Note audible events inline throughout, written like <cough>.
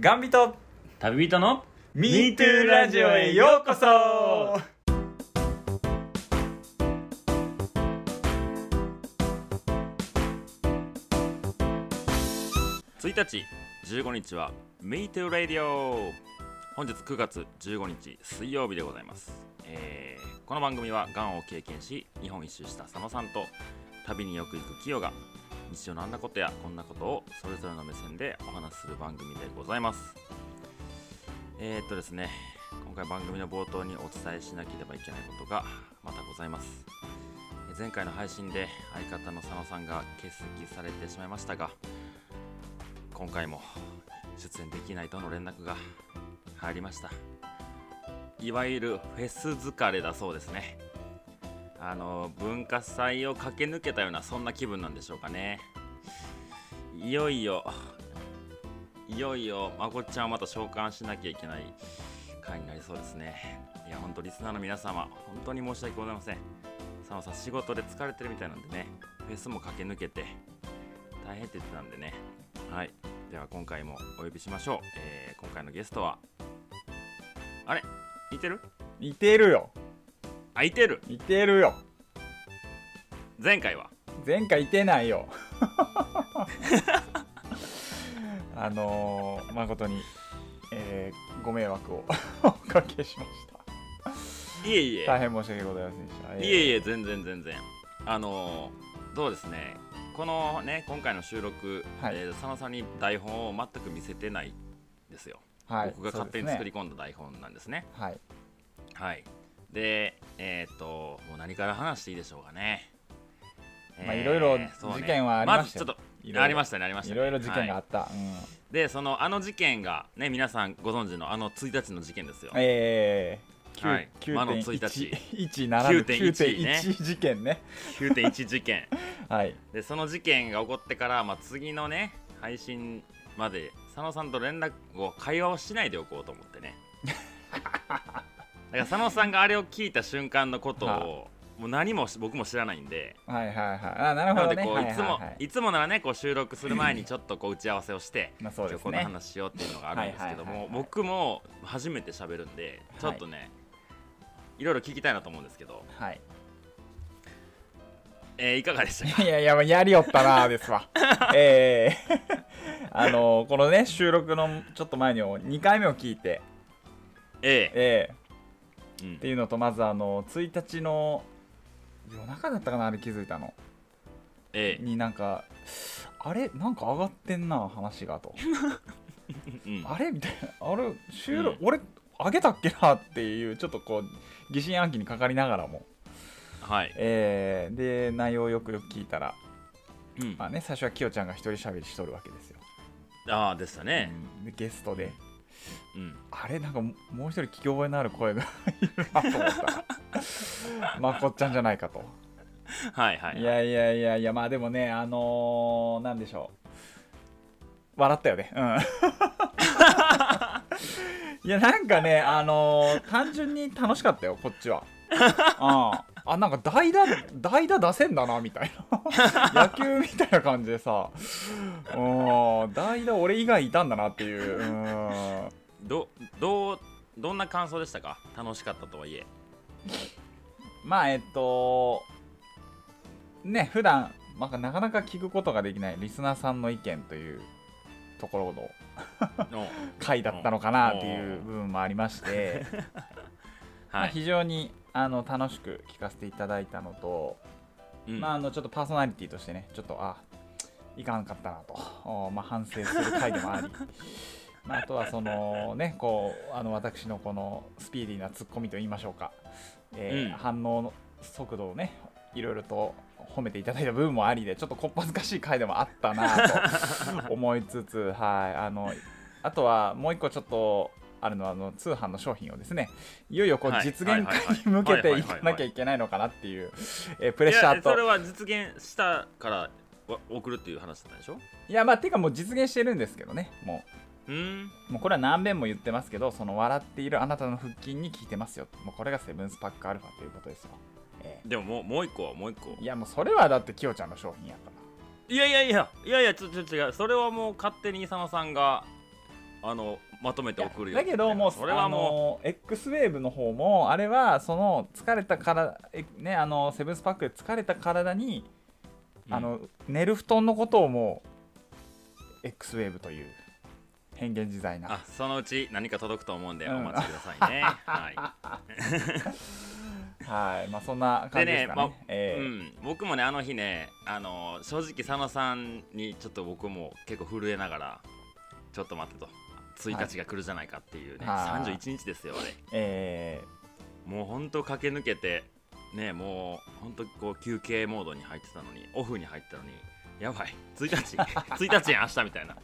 ガンビト旅人の MeToo ラジオへようこそ1日15日は MeToo Radio 本日9月15日水曜日でございます、えーこの番組はがんを経験し日本一周した佐野さんと旅によく行く清が日常のあんなことやこんなことをそれぞれの目線でお話しする番組でございますえー、っとですね今回番組の冒頭にお伝えしなければいけないことがまたございますえー前回の配信で相方の佐野さんが欠席されてしまいましたが今回も出演できないとの連絡が入りましたいわゆるフェス疲れだそうですねあの文化祭を駆け抜けたようなそんな気分なんでしょうかねいよいよいよいよまこっちゃんをまた召喚しなきゃいけない回になりそうですねいやほんとリスナーの皆様本当に申し訳ございません佐野さん仕事で疲れてるみたいなんでねフェスも駆け抜けて大変って言ってたんでねはいでは今回もお呼びしましょう、えー今回のゲストはあれいてる似てるよあいてる似てるよ前回は前回いてないよ <laughs> あのー、誠に、えーご迷惑をおかけしましいえいえ、た大変申し訳ございませんでしたい、えいえ全然全然あのー、どうですねこのね今回の収録、はいえー佐野さんに台本を全く見せてないんですよ、はい僕が勝手にそう作りですね込んだ台本なんですねはいはいでえーっともう何から話していいでしょうかねまあえーいろいろそうね事件はありましたよずちょっいろいとろありましたねありましたいねろいろ事件はがあった、うんでそのあの事件がね皆さんご存知のあの1日の事件ですよ、えー9はい魔の1 9.11ならぬ9.11ね9.1事件ね9.1事件はいでその事件が起こってから、まあ、次のね配信まで佐野さんと連絡を会話をしないでおこうと思ってねだから佐野さんがあれを聞いた瞬間のことを、はあもう何もし僕も知らないんではいはいはいあなるなほのどでねこう、はいいつも、はいいはいつもならねこう収録する前にちょっとこう打ち合わせをしてまあそうで今す日このね話しようっていうのがあるんですけどはもいはいはいはい僕も初めて喋るんでちょっとね、い、ろいろ聞きたいなと思うんですけど、はいえーいかがでしたかいやいや、やりよったなーですわ。ええ <laughs> あのこのね、収録のちょっと前に2回目を聞いて、ええええうんっていうのと、まずあの、1日の夜中だったかな、あれ気づいたの。ええになんか、あれなんか上がってんな、話がと。うんあれみたいな、あれ、収録、う俺、上げたっけなっていう、ちょっとこう、疑心暗鬼にかかりながらも、はい、ええで、内容をよくよく聞いたら、うん、まあね、最初はきよちゃんが一人喋りしとるわけですよ。ああでしたね、うんでゲストで。うん、あれなんかももう一人聞き覚えのある声がいるなと思ったまこっちゃんじゃないかとはいはいいやいやいやいやまあでもねあのー、なんでしょう笑ったよねうん <laughs> いやなんかねあのー、単純に楽しかったよこっちはうんあなんか代打代打出せんだなみたいな <laughs> 野球みたいな感じでさうん代打俺以外いたんだなっていううんどどうどんな感想でしたか楽しかったとはいえまあえっとね普段まあなかなか聞くことができないリスナーさんの意見というところの <laughs> の回だったのかなっていう部分もありまして、まはあい、非常にあの楽しく聞かせていただいたのと、うんまあ、あのちょっとパーソナリティとしてねちょっとあいかんかったなと、おまあ、反省する回でもあり <laughs> まああとはそのねこうあの私のこのスピーディーなツッコミと言いましょうか、えーうん反応の速度をねいろいろと褒めていただいた部分もありでちょっとこっぱずかしい回でもあっ <laughs> たなと思いつつはいあのあとはもう一個ちょっとあるのはあの通販の商品をですねいよいよこうはい実現はい化はいはいに向けはていいはいはいはいかなきゃいけないのかなっていうえープいレッシャやーとそれは実現したからわ送るっていう話だったんでしょいやまあていうかもう実現してるんですけどねもうんうもうこれは何遍も言ってますけどその笑っているあなたの腹筋に効いてますよもうこれがセブンスパックアルファということですよ、えでももうもう一個はもう一個ーいやもうそれはだってキヨちゃんの商品やからいやいやいやいやいやちょっと違うそれはもう勝手に佐野さんがあのまとめて送るよだけどもうそれはもう X ウェーブの方もあれはその疲れたからえねあのセブンスパックで疲れた体に、う、うんあの寝る布団のことをもう X ウェーブという変幻自在なあそのうち何か届くと思うんでうんお待ちください <laughs> ね、ははいまあそんな感じですでねかねまあい、えうーん、僕もねあの日ねあの正直佐野さんにちょっと僕も結構震えながらちょっと待ってと1日が来るじゃないかっていうね、はい31日ですよあれえもうほんと駆け抜けてねもうほんとこう休憩モードに入ってたのにオフに入ったのにやばい1日 <laughs> 1日やん明日みたい <laughs> な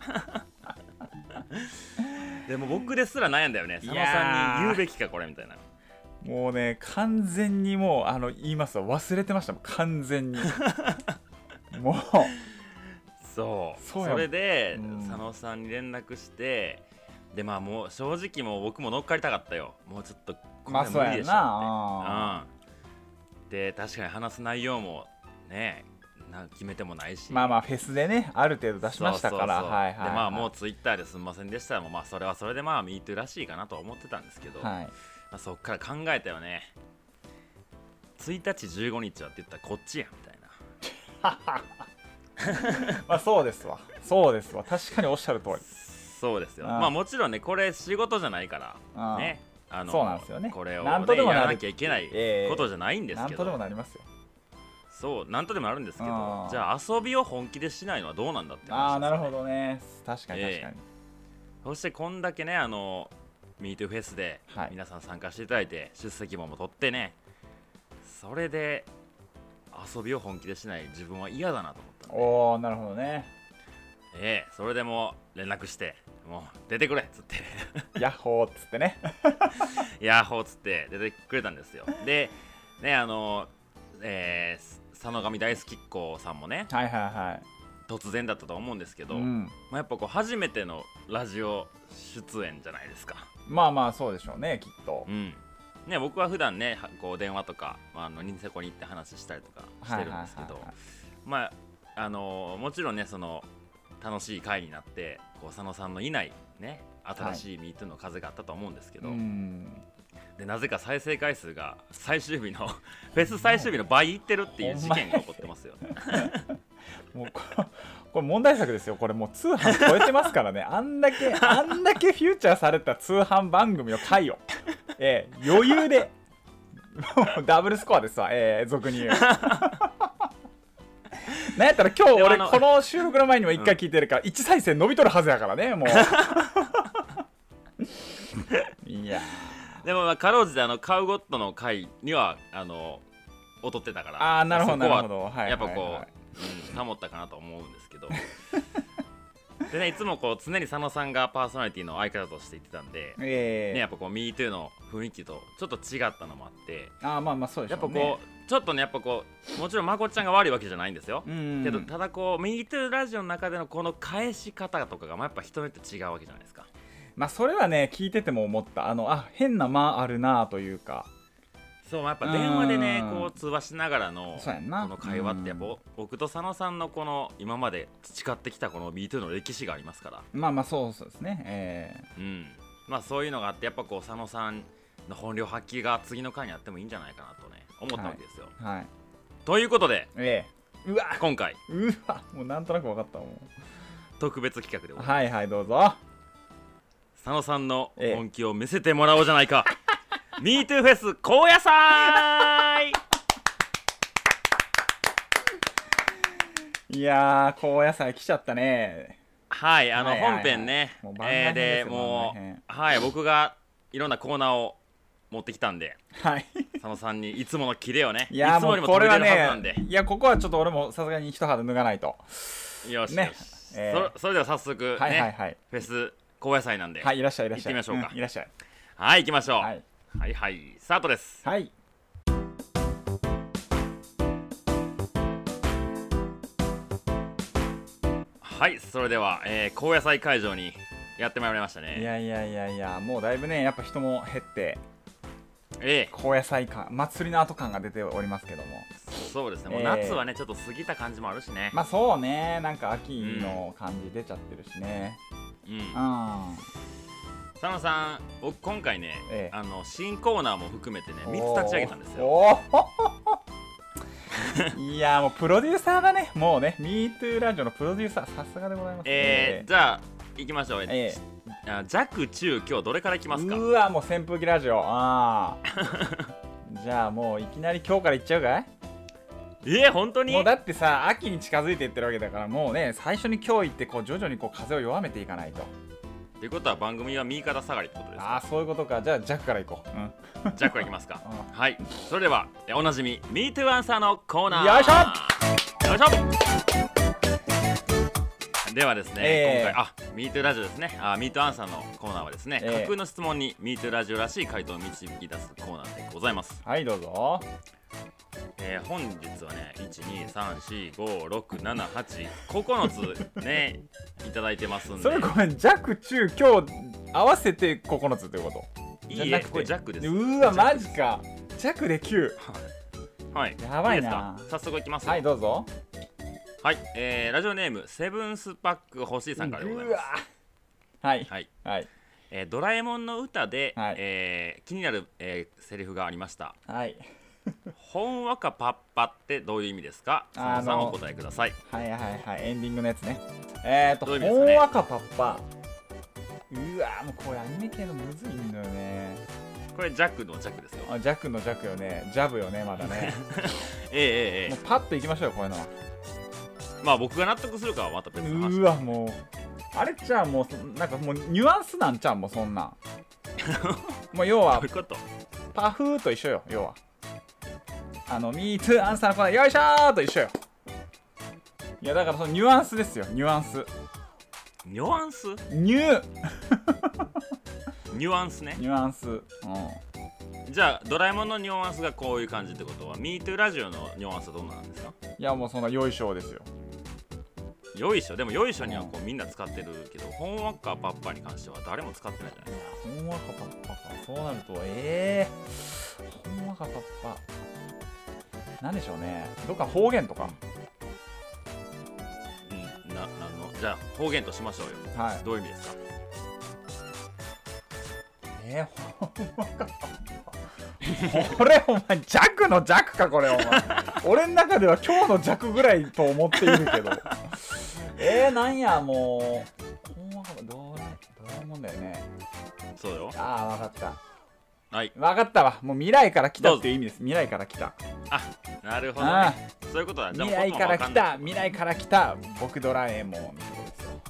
でも僕ですら悩んだよね佐野さんに言うべきかこれみたいなーもうね完全にもうあの言いますわ忘れてましたもう完 <laughs> 全にもうそうそそうやんれで、うん佐野さんに連絡してでまあもう正直もう僕も乗っかりたかったよもうちょっとこまあれそう無理でやんしょってなうん、で確かに話す内容もねな決めてもないしまあまあフェスでねある程度出しましたからそうそうそうはいはいはいでまあもうツイッターですんませんでしたもまあそれはそれでまあ MeToo らしいかなとは思ってたんですけど、はいまあ、そっから考えたよね1日15日はって言ったらこっちやんみたいなまあそうですわそうですわ確かにおっしゃる通りそうですよああまあもちろんねこれ仕事じゃないからああねあそうなんですよねこれを、なんとでもなるやらなきゃいけないええことじゃないんですなんけとど、でもなりますよそうなんとでもあるんですけどああじゃあ遊びを本気でしないのはどうなんだってああ話ですなよねるほどね確かに確かに、そしてこんだけねあの MeToo フェスではい皆さん参加していただいて、出席簿も取ってねそれで遊びを本気でしない自分は嫌だなと思ったんでおおなるほどねええそれでもう連絡してもう出てくれっつって <laughs> ヤッホーっつってねヤッホーっつって出てくれたんですよ。で、ね、あの、えーす佐野神大好きっ子さんもね、はいはいはい突然だったと思うんですけど、うん、まあ、やっぱこう初めてのラジオ出演じゃないですか。まあまあそうでしょうねきっとうんね、僕は普段ね、はこう電話とか、まあ、あのニセコに行って話したりとかしてるんですけはいどはいはいはい、まあ、あのもちろんね、その楽しい回になって、こう佐野さんのいない、ね、新しい MeToo の風があったと思うんですけど、うんでなぜか再生回数が最終日の <laughs> フェス最終日の倍いってるっていう事件が起こってますよ。 <laughs> もうこ <laughs> れこれ問題作ですよこれもう通販超えてますからね <laughs> あんだけあんだけフューチャーされた通販番組の回を、 <laughs> ええ余裕で <laughs> もうダブルスコアですわ、ええ俗に言う <laughs> なんやったら今日でもあ俺のこの収録の前にも1回聞いてるから、1再生伸びとるはずやからねも <laughs> ういやでもまあかろうじてあのカウゴットの回にはあの劣ってたからあーなるほそどこはなるほどはいやっぱはいこ、はいううん、保ったかなと思うんですけ <laughs> どで、ね、いつもこう常に佐野さんがパーソナリティの相方として言ってたんで、ええね、やっぱこう「MeToo」の雰囲気とちょっと違ったのもあってああまあまあそうでしやっょぱうこう、ねちょっとねやっぱこうもちろんまこっちゃんが悪いわけじゃないんですよ。うんけどただこう「MeToo ラジオ」の中でのこの返し方とかがまあやっぱ人によって違うわけじゃないですかまあそれはね聞いてても思ったあのあ変な間あるなというかそうまあやっぱ電話でねうんこう通話しながらのそうこやんなの会話ってやっぱうん僕と佐野さんのこの今まで培ってきたこの MeToo の歴史がありますからまあまあそうそうですねえうんまあそういうのがあってやっぱこう佐野さんの本領発揮が次の回にあってもいいんじゃないかなとね思ったわけですよ、えはいということでええうわ今回うわもうなんとなく分かったもん特別企画でございますはいはいどうぞ佐野さんのええ本気を見せてもらおうじゃない <laughs> か MeToo フェス高野菜いやー高野菜来ちゃったねはい、あのはいはいはい本編ねもう、番外え編ーでですよも番外編う、はい、僕がいろんなコーナーを持ってきたんで、はい佐野さんにいつものキレをね、いいやーつもよりもこ取れれはてるはずなんでね、いやここはちょっと俺もさすがに一肌脱がないとよしよし、ねえーそそれでは早速ね、はいはいはいフェス高野菜なんで、ははいい、いらっしゃいいらっしゃい行ってみましょうかんいらっしゃい行きましょう。ははいい、はい、スタートです。はいはい、それでは、えー、高野菜会場にやってまいりましたいね。やいやいやいやもうだいぶねやっぱ人も減ってええ高野菜感祭りの後感が出ておりますけどもそうですね、もうええ夏はね、ちょっと過ぎた感じもあるしね、まあそうねなんか秋の感じ出ちゃってるしね、うんあ佐野さん僕今回ね、ええあの新コーナーも含めてねー3つ立ち上げたんですよおー <laughs> いやーもうプロデューサーがねもうね MeToo ラジオのプロデューサーさすがでございますえーじゃあ行きましょう、えあ弱中今日どれからいきますかうわもう扇風機ラジオあ <laughs> ーじゃあもういきなり今日からいっちゃうかいえー、本当にもうだってさ秋に近づいていってるわけだからもうね最初に今日行ってこう徐々にこう風を弱めていかないとということは番組は右肩下がりってことですああそういうことかじゃあジャックから行こう、うん、よ弱からいきますかはいそれではえおなじみ「MeToo アンサー」のコーナーいしょよいしょではですね、え今え回あ MeToo ラジオですねあ MeToo アンサーのコーナーはですね、ええ架空の質問に MeToo ラジオらしい回答を導き出すコーナーでございます、はいどうぞえー本日はね123456789つねいただいてますんでそれごめん弱中今日合わせて9つというこいいじゃえなくてこれジャックとでうすーわマジか弱で9はいやばいなですか早速いきますよはいどうぞはい、えーラジオネームセブンスパック欲しいさんからでございますーはいはい、はいえードラえもんの歌で、はいえー気になる、えーセリフがありましたはいほんわかパッパってどういう意味ですか佐野さあんのお答えくださいはいはいはいエンディングのやつねえーとどういう意味ですほかんねわかパッパうわーもうこれアニメ系のむずいんだよねこれジャックのジャックですよあジャックのジャックよねジャブよねまだ <laughs> ねえーえーもえうパッといきましょうよこういうのはーまあ僕が納得するかはまた別のう話ーわもうあれちゃんもうそなんかもうニュアンスなんちゃんもうそんなん <laughs> もう要どはういうことパフーと一緒よ要はあの「MeToo アンサーのコーナーよいしょー」と一緒よいやだからそのニュアンスですよニュアンスニュアンスニュニュアンスねニュアンスうんじゃあドラえもんのニュアンスがこういう感じってことは MeToo ラジオのニュアンスはどうなんですかいやもうそんなよいしょーですよよいしょでもよいしょにはこうみんな使ってるけどほんわかパッパに関しては誰も使ってないじゃないですかほんわかパッパかそうなるとええー、ほんわかパッパなんでしょうねどっか方言とかうん、な、なんの、じゃあ方言としましょうよ。はいどういう意味ですか。えー、ほんまか。これお前弱の弱かこれお前俺の中では今日の弱ぐらいと思っているけどえー、なんやもうほんまかどうなんどういうもんだよねそうよ。ああ分かったはい。分かったわもう未来から来たっていう意味です未来から来たなるほどあね。そういうことだ。ーじゃあ未来もうから来た僕も未わかんない来から来た僕ドラえもんのことですよ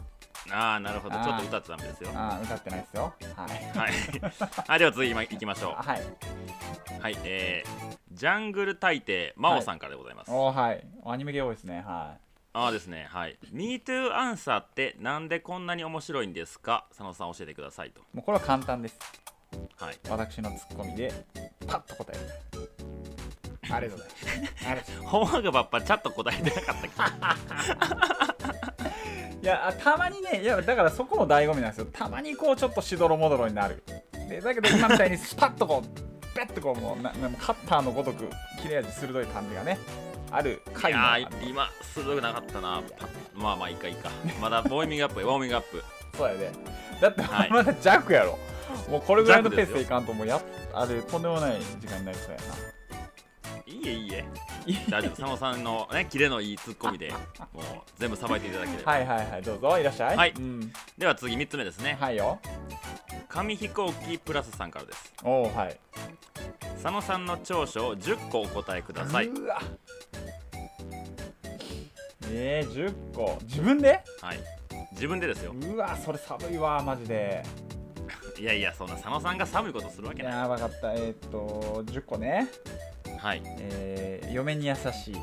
ああ、なるほど。あーちょっと歌ってたんですよ。はああ歌ってないですよはいい。 <laughs> はい、では次、今行きましょ。あはいうはい、えー、ジャングル大帝真央さんからでございます。おーはいアニメゲー多いですねはああですね、はい。MeToo アンサーってなんでこんなに面白いんですか佐野さん教えてくださいと。いもうこれは簡単ですはい。私のツッコミでパッと答えるありがとうございますありがとうございほんわかばっぱちゃっと答えてなかったっますいやあたまにねいやだからそこも醍醐味なんですよたまにこうちょっとしどろもどろになるでだけど今みたいにスパッとこうペッとこうもうななもうカッターのごとく切れ味鋭い感じがねあるけ。い回もやあるー、今、鋭くなかったな。パまあまあ、いいかいいか。まだ、ウォーミングアップ、ウォーミングアップ。そうやでだってはいまだ弱や <laughs> ろもうこれぐらいのペースでいかんともうやっあれとんでもない時間になりそうやないいえいいえ大丈夫佐野さんのねキレのいいツッコミでもう全部さばいていただければ、はいはいはいどうぞいらっしゃいはいうん、では次3つ目ですね、はいよ紙飛行機プラスさんからですおおはい佐野さんの長所を10個お答えください、うわえー、10個自分ではい、自分でですようわそれ寒いわマジでいやいやそんな佐野さんが寒いことするわけなやばかったえー、っと10個ね、いはいえー、嫁に優しい、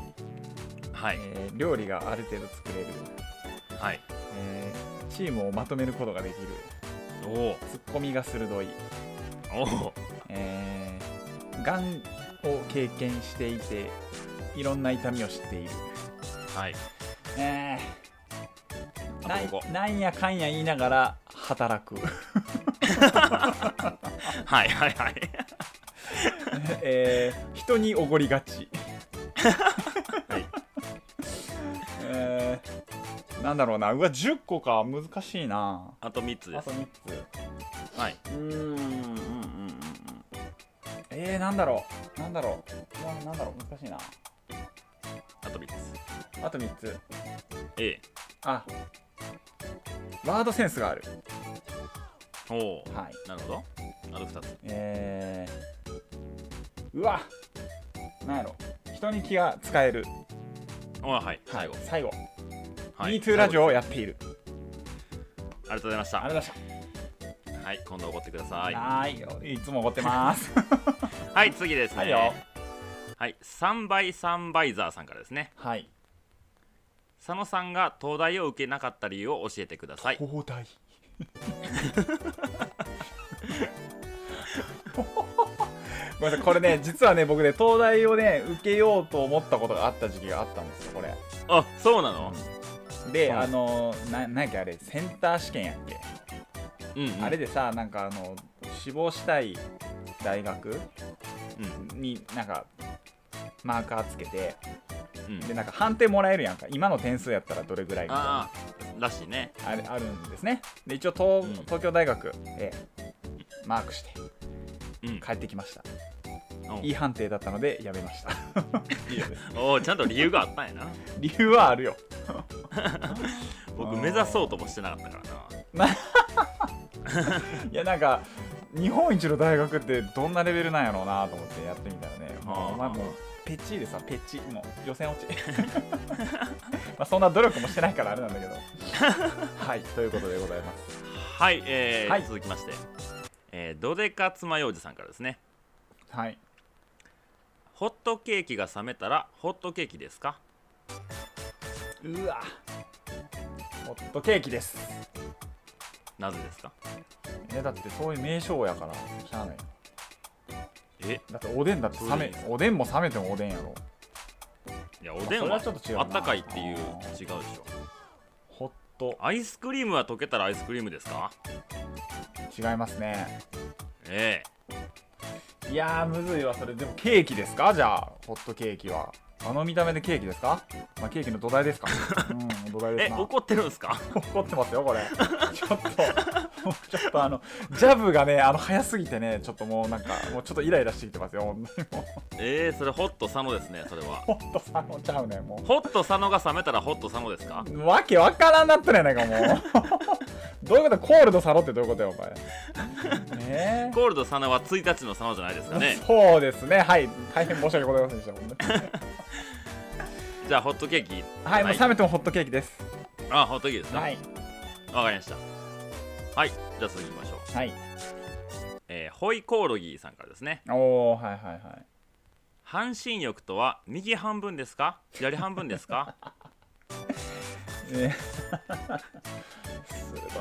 はいえー料理がある程度作れる、はいえーチームをまとめることができるおおツッコミが鋭い、おおえー、がんを経験していていろんな痛みを知っているはいえー、なあといここなんやかんや言いながら働くはいはいはい <laughs> えー、人にお <laughs> ごりがち、はいえー、なんだろうなうわ10個か難しいなあと3つであすと3つはいうーんうんうんうんうんえー、なんだろうなんだろううわなんだろう難しいあなと3つあと3つ A あワードセンスがあるおおはいなるほどあと2つえー、うわなんやろ人に気が使える、おーはいは最い後、最後はい Me Too ラジオを最後やっているですありがとうございましあたりがとうはい今度怒ってくださございいましたはーいいつも怒ってますはい次ですねはいよはい3倍サンバイザーさんからですねはい佐野さんが東大を受けなかった理由を教えてください東大 <laughs> ごめんなさいこれね実はね僕ね東大をね受けようと思ったことがあった時期があったんですよこれあそうなので、はいあのななんかあれセンター試験やっけ、うんうんあれでさなんかあの志望したい大学うんになんかマーカーつけてうんでなんか判定もらえるやんか今の点数やったらどれぐらいみたいなああらしいねあれあるんですねで一応東,、うん東京大学ええマークしてうん帰ってきましたおいい判定だったのでやめました以上ですおーちゃんと理由があったんやな <laughs> 理由はあるよ僕目指そうともしてなかったからないやなんか日本一の大学ってどんなレベルなんやろうなと思ってやってみたらねもうあーお前もうペチでさペチもう予選落ち <laughs> まあそんな努力もしてないからあれなん <laughs> だけどはいということでございますはい、えーはい続きまして、えー、ドデカ爪楊枝さんからですねはいホットケーキが冷めたらホットケーキですかうわホットケーキですなぜですかえだってそういう名称やからしゃあないえだっておでんだって冷めおでんも冷めてもおでんやろいやおでんまあはそれはちょっと違うなあったかいっていう違うあでしょホットアイスクリームは溶けたらアイスクリームですか違いますねえいやーむずいわそれでもケーキですかじゃあホットケーキはあの見た目でケーキですか、まあ、ケーキの土台です <laughs> かうん土台えですえな怒ってるんですか怒ってますよこれ <laughs> ちょっともうちょっとあのジャブがねあの早すぎてねちょっともうなんかもうちょっとイライラしてきてますよほんとにもうえー、それホット佐野ですねそれはほんとさのちゃうねもホット佐野が冷めたらホット佐野ですかうわけわからんなってないないかも <laughs> うどういうことコールドサロってどういうことよお前ねえコールド佐野は1日の佐野じゃないですかねそうですねはい大変申し訳ございませんでしたほ <laughs> んとにじゃあホットケーキはいもう冷めてもホットケーキですあホットケーキですかはいわかりましたはいじゃあ続きましょうはいえー、ホイコオロギさんからですねおおはいはいはい半身浴とは右半分ですか左半分です <laughs> かえー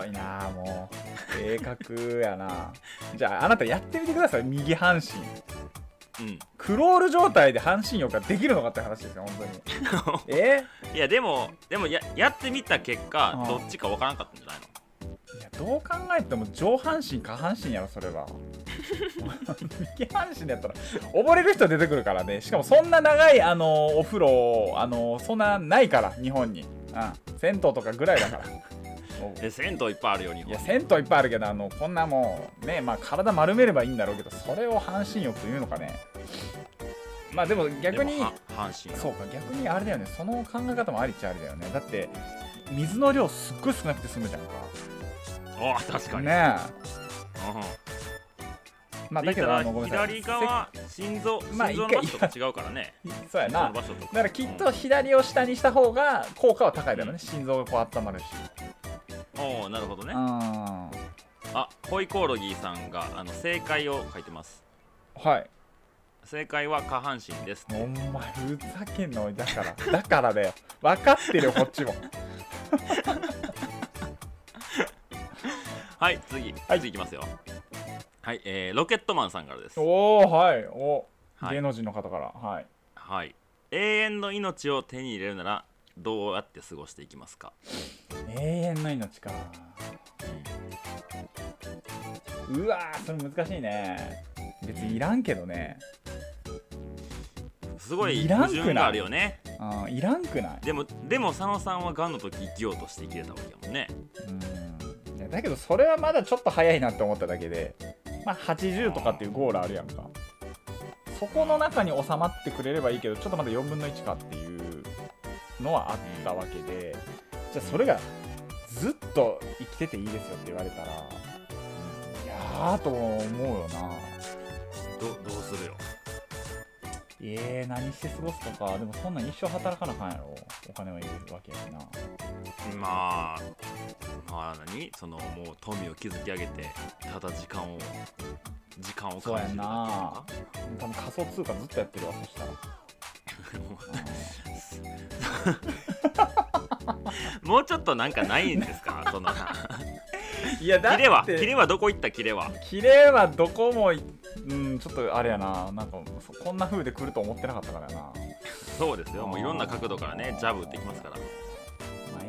鋭いなあもう鋭角やなじゃああなたやってみてください右半身うんクロール状態で半身浴ができるのかって話ですよ本当 <laughs> にえいやでもでもややってみた結あ果あどっちかわからんかったんじゃないのいやどう考えても上半身下半身やろそれは <laughs> 右半身だったら溺れる人出てくるからねしかもそんな長いあのお風呂あのそんなないから日本に、うん、銭湯とかぐらいだから <laughs> おうえ銭湯いっぱいあるよ日い本や銭湯いっぱいあるけどあのこんなもうねまあ体丸めればいいんだろうけどそれを半身浴というのかねまあでも逆にでもは半身浴そうか逆にあれだよねその考え方もありっちゃありだよねだって水の量すっごい少なくて済むじゃんかああ確かに、ねうんえまあでだきけたどらあのごめんなさい左側心臓まあ心臓の場所とか違うからね <laughs> せそうや心臓のな場所とかだからきっと左を下にした方が効果は高いだろうね、心臓がこう温まるし、おおなるほどねうんはあホイコオロギさんがあの正解を書いてますい正解は下半身ですお前ふざけんのだから <laughs> だからだよ分かってるよこっちも <laughs> はい次、次いきますよはい、えーロケットマンさんからですおおはいお、はい芸能人の方からはいはい永遠の命を手に入れるならどうやって過ごしていきますか、永遠の命かうわーそれ難しいね別にいらんけどねすごいいらんく矛ない盾があるよねうんいらんくないでもでも佐野さんはガンの時生きようとして生きれたわけやもんねうんいやだけどそれはまだちょっと早いなって思っただけで、まあ、80とかっていうゴールあるやんかそこの中に収まってくれればいいけどちょっとまだ4分の1かっていうのはあったわけでじゃあそれがずっと生きてていいですよって言われたらいやーとも思うよなどどうするよえー、何して過ごすとかでもそんなん一生働かなあかんやろお金は入れるわけやしなまあまあ何そのもう富を築き上げてただ時間を時間を感じるだけ多分仮想通貨ずっとやってるわそしたらとか <laughs> もうちょっとなんかないんです <laughs> かそのいやキレはキレはどこ行ったキレはキレはどこもい、うん、ちょっとあれやな、なんかそこんな風で来ると思ってなかったからな。まそうですよもういろんな角度からねジャブ打ってきますからあ、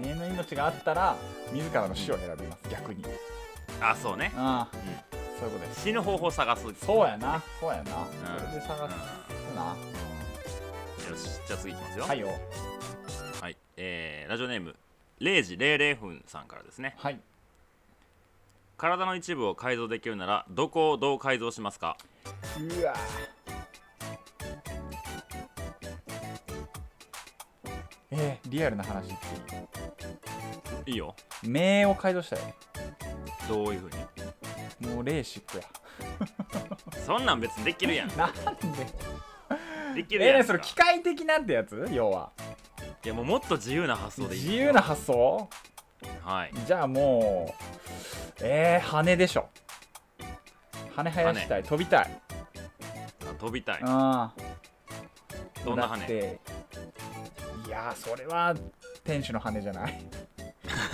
永遠の命があったら、自らの死を選びます、逆に。あそうね、ああ、うそういうことでん、す。死ぬ方法探すそうやな、そうやな。うんそれで探すな。よしじゃあ次いきますよはいよ。はいえーラジオネーム0時00分さんからですねはい。体の一部を改造できるならどこをどう改造しますかうわえー、リアルな話言っていいいよい目を改造したよどういうふうにもうレーシックやそんなん別にできるや <laughs> んなんでできるやんえー、それ機械的なってやつ要はいやもうもっと自由な発想でいい自由な発想はいじゃあもうえー、羽でしょ羽生やしたい飛びたいあ飛びたいああどんな羽だっていやーそれは天使の羽じゃない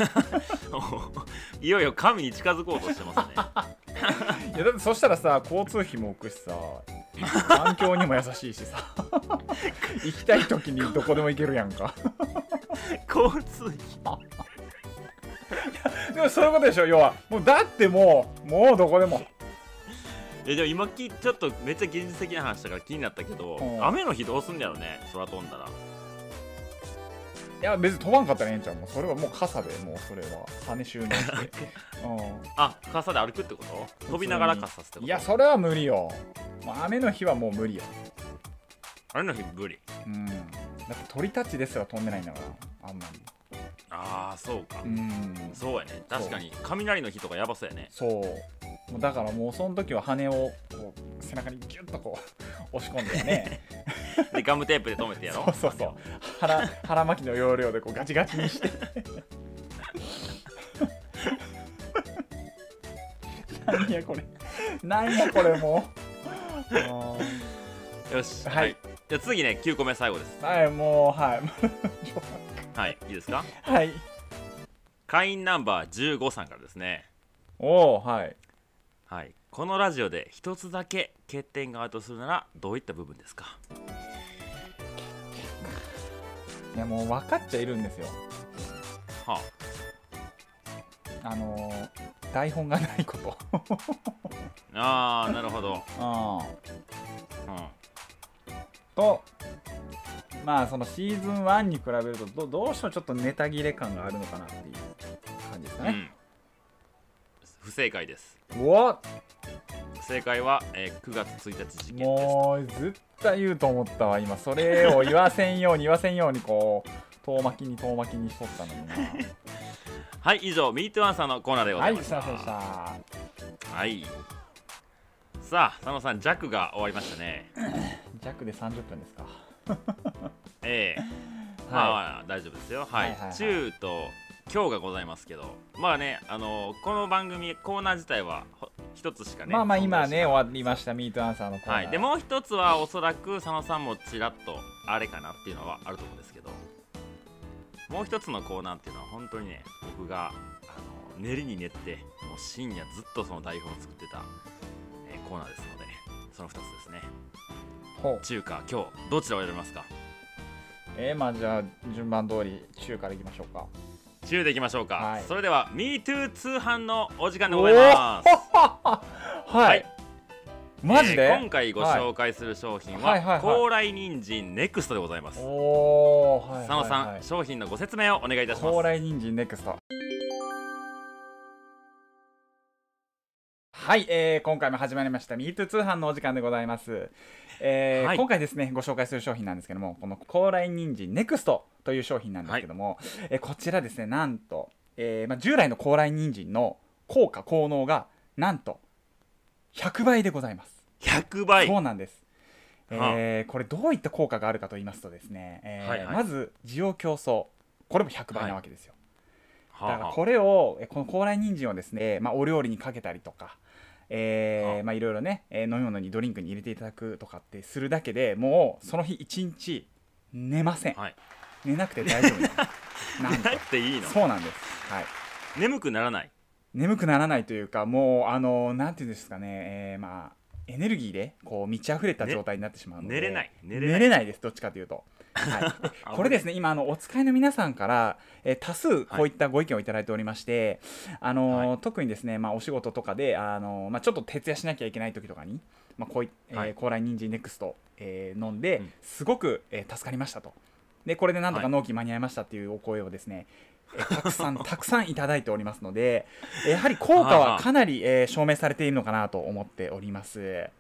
<laughs> <laughs> いよいよ神に近づこうとしてますねいやだってそしたらさ交通費も浮くしさ環境にも優しい <laughs> しさ行きたい時にどこでも行けるやんか交通費でもそういうことでしょ要はもうだってもうもうどこでもいやでも今きちょっとめっちゃ現実的な話だから気になったけどうん雨の日どうすんだろうね空飛んだらいや別に飛ばんかったらええんちゃうもうそれはもう傘でもうそれは羽収 <laughs> 納して、うんあ傘で歩くってこと飛びながら傘ってこといやそれは無理よもう雨の日はもう無理よ、雨の日無理うん、だって鳥たちですら飛んでないんだからあんまりああそうか、うんそうやね確かに雷の日とかやばそうやねそうもうだからもうその時は羽をこう背中にギュッとこう <laughs> 押し込んでね <laughs> でガムテープで止めてやろそうそうそう腹腹巻きの要領でこうガチガチにしてなんやこれなんやこれもううんよしはいじゃあ次ね9個目最後ですはいもうはいはいいいですかはい会員ナンバー15さんからですねおおはいはいこのラジオで一つだけ欠点があるとするならどういった部分ですかいやもう分かっちゃいるんですよはあのー台本がないことああーなるほど、 <laughs> うんうん、とまあそのシーズン1に比べるとどどうしてもちょっとネタ切れ感があるのかなっていう感じですかうね、ん、不正解ですうわ正解は、えー9月1日事件ですもう絶対言うと思ったわ今それを言わせんように言わせんようにこう遠巻きに遠巻きにしとったのに <laughs> なはい以上ミートワンさんのコーナーでござはいいますいたませんでしたはいさあ佐野さんジャックが終わりましたね弱で30分ですかええまあはまあ大丈夫ですよはい,、はいはいはい中と今日がございますけどまあねあのこの番組コーナー自体はほ一つしかい、ねまあまあ今ね存在し終わりましたミートアンサーのコーナはーい、でもう一つはおそらく佐野さんもちらっとあれかなっていうのはあると思うんですけどもう一つのコーナーっていうのは本当にね僕があの練りに練ってもう深夜ずっとその台本を作ってた、えーコーナーですのでその2つですねほう中華今日どちらを選びますかえー、まあじゃあ順番通り中からいきましょう <laughs> か中でいきましょうか、はいそれでは MeToo 通販のお時間でございますおーはい、はいマジで、えー今回ご紹介する商品は、はいはいはいはい高麗人参ネクストでございます、おお、はいはいはい、佐野さん、商品のご説明をお願いいたします高麗人参ネクストはい、えー今回も始まりました MeToo 通販のお時間でございます、えーはい今回ですねご紹介する商品なんですけどもこの高麗人参ネクストという商品なんですけども、えーこちらですねなんと、えーまあ、従来の高麗人参の効果効能がなんと100倍でございます100倍そうなんです、はあえーこれどういった効果があるかと言いますとですね、えーはいはいまず需要競争これも100倍はいなわけですよ、はあだからはあこれをえこの高麗人参をですね、まあ、お料理にかけたりとかえーはあまあいろいろね、えー飲み物にドリンクに入れていただくとかってするだけでもうその日一日寝ません、はい寝なくて大丈夫 <laughs> ですなんとなくていいのそうなんです、はい、眠くならない眠くならないというかもうあのなんていうんですかね、えーまあエネルギーでこう満ち溢れた状態になってしまうので、寝れない寝寝れれないないですどっちかというと、 <laughs> はい、あこれですね今あのお使いの皆さんから、えー多数こういったご意見をいただいておりまして、あのーは特にですね、まあ、お仕事とかで、あのーまあ、ちょっと徹夜しなきゃいけない時とかに、まあこういえーはい高麗人参ネクスト、えー飲んで、うんすごく、えー助かりましたとでこれでなんとはかい納期間に合いましたっていうお声をですね、え <laughs> ーたくさんたくさんいただいておりますのでえーやはり効果はかなり、えー証明されているのかなと思っております。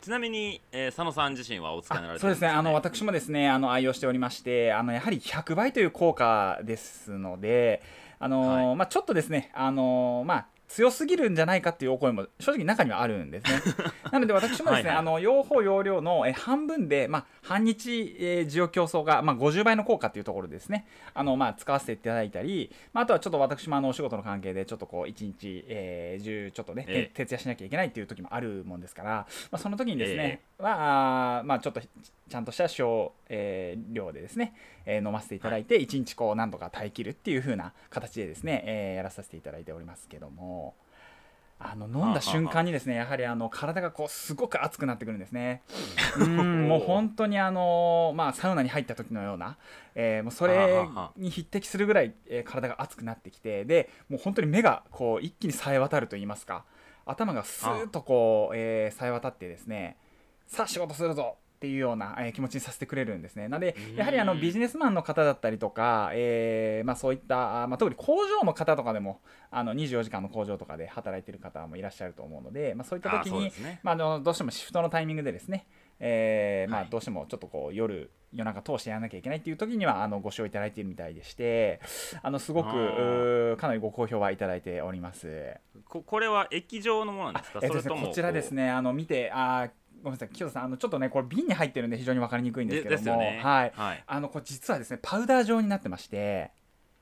ちなみに、えー佐野さん自身はお使いにならあれてそうるんですねあのよ私もですねあの愛用しておりましてあのやはり100倍という効果ですのであの、はまあ、ちょっとですねあの、まあ強すぎるんじゃないかっていうお声も正直中にはあるんですね。 <laughs> なので私もですねはいはいあの用法用量のえ半分で、まあ、半日、えー需要競争が、まあ、50倍の効果っていうところですねあの、まあ、使わせていただいたり、まあ、あとはちょっと私もあのお仕事の関係でちょっとこう1日、えー中ちょっとね、てええ徹夜しなきゃいけないっていう時もあるもんですから、まあ、その時にですねええ、まあ、まあちょっとちちゃんとした少、えー量でですね、えー飲ませていただいて、一日こう何とか耐えきるっていう風な形でですね、えーやらさせていただいておりますけどもあの飲んだ瞬間にですねやはりあの体がこうすごく熱くなってくるんですね。 <laughs> うんもう本当にあの、まあ、サウナに入った時のような、えーもうそれに匹敵するぐらい、えー体が熱くなってきてでもう本当に目がこう一気にさえ渡ると言いますか頭がスーッとこう、えーさえ渡ってですねさあ仕事するぞっていうような、えー気持ちにさせてくれるんですね。なのでうんやはりあのビジネスマンの方だったりとか、えーまあ、そういった、あーまあ、特に工場の方とかでもあの24時間の工場とかで働いてる方もいらっしゃると思うので、まあ、そういったあ時そうにですねまあ、あのどうしてもシフトのタイミングでですね、えーまあ、はいどうしてもちょっとこう夜夜中通してやらなきゃいけないっていう時にはあのご使用いただいているみたいでしてあのすごくあうーーかなりご好評はいただいております。ここれは液状のものなんですかえっそとでれすねともこちらですねあの見てあーごめんなさい清田さんあのちょっとねこれ瓶に入ってるんで非常に分かりにくいんですでけでどすよも、ねはい、はいあのこれ実はですねパウダー状になってまして。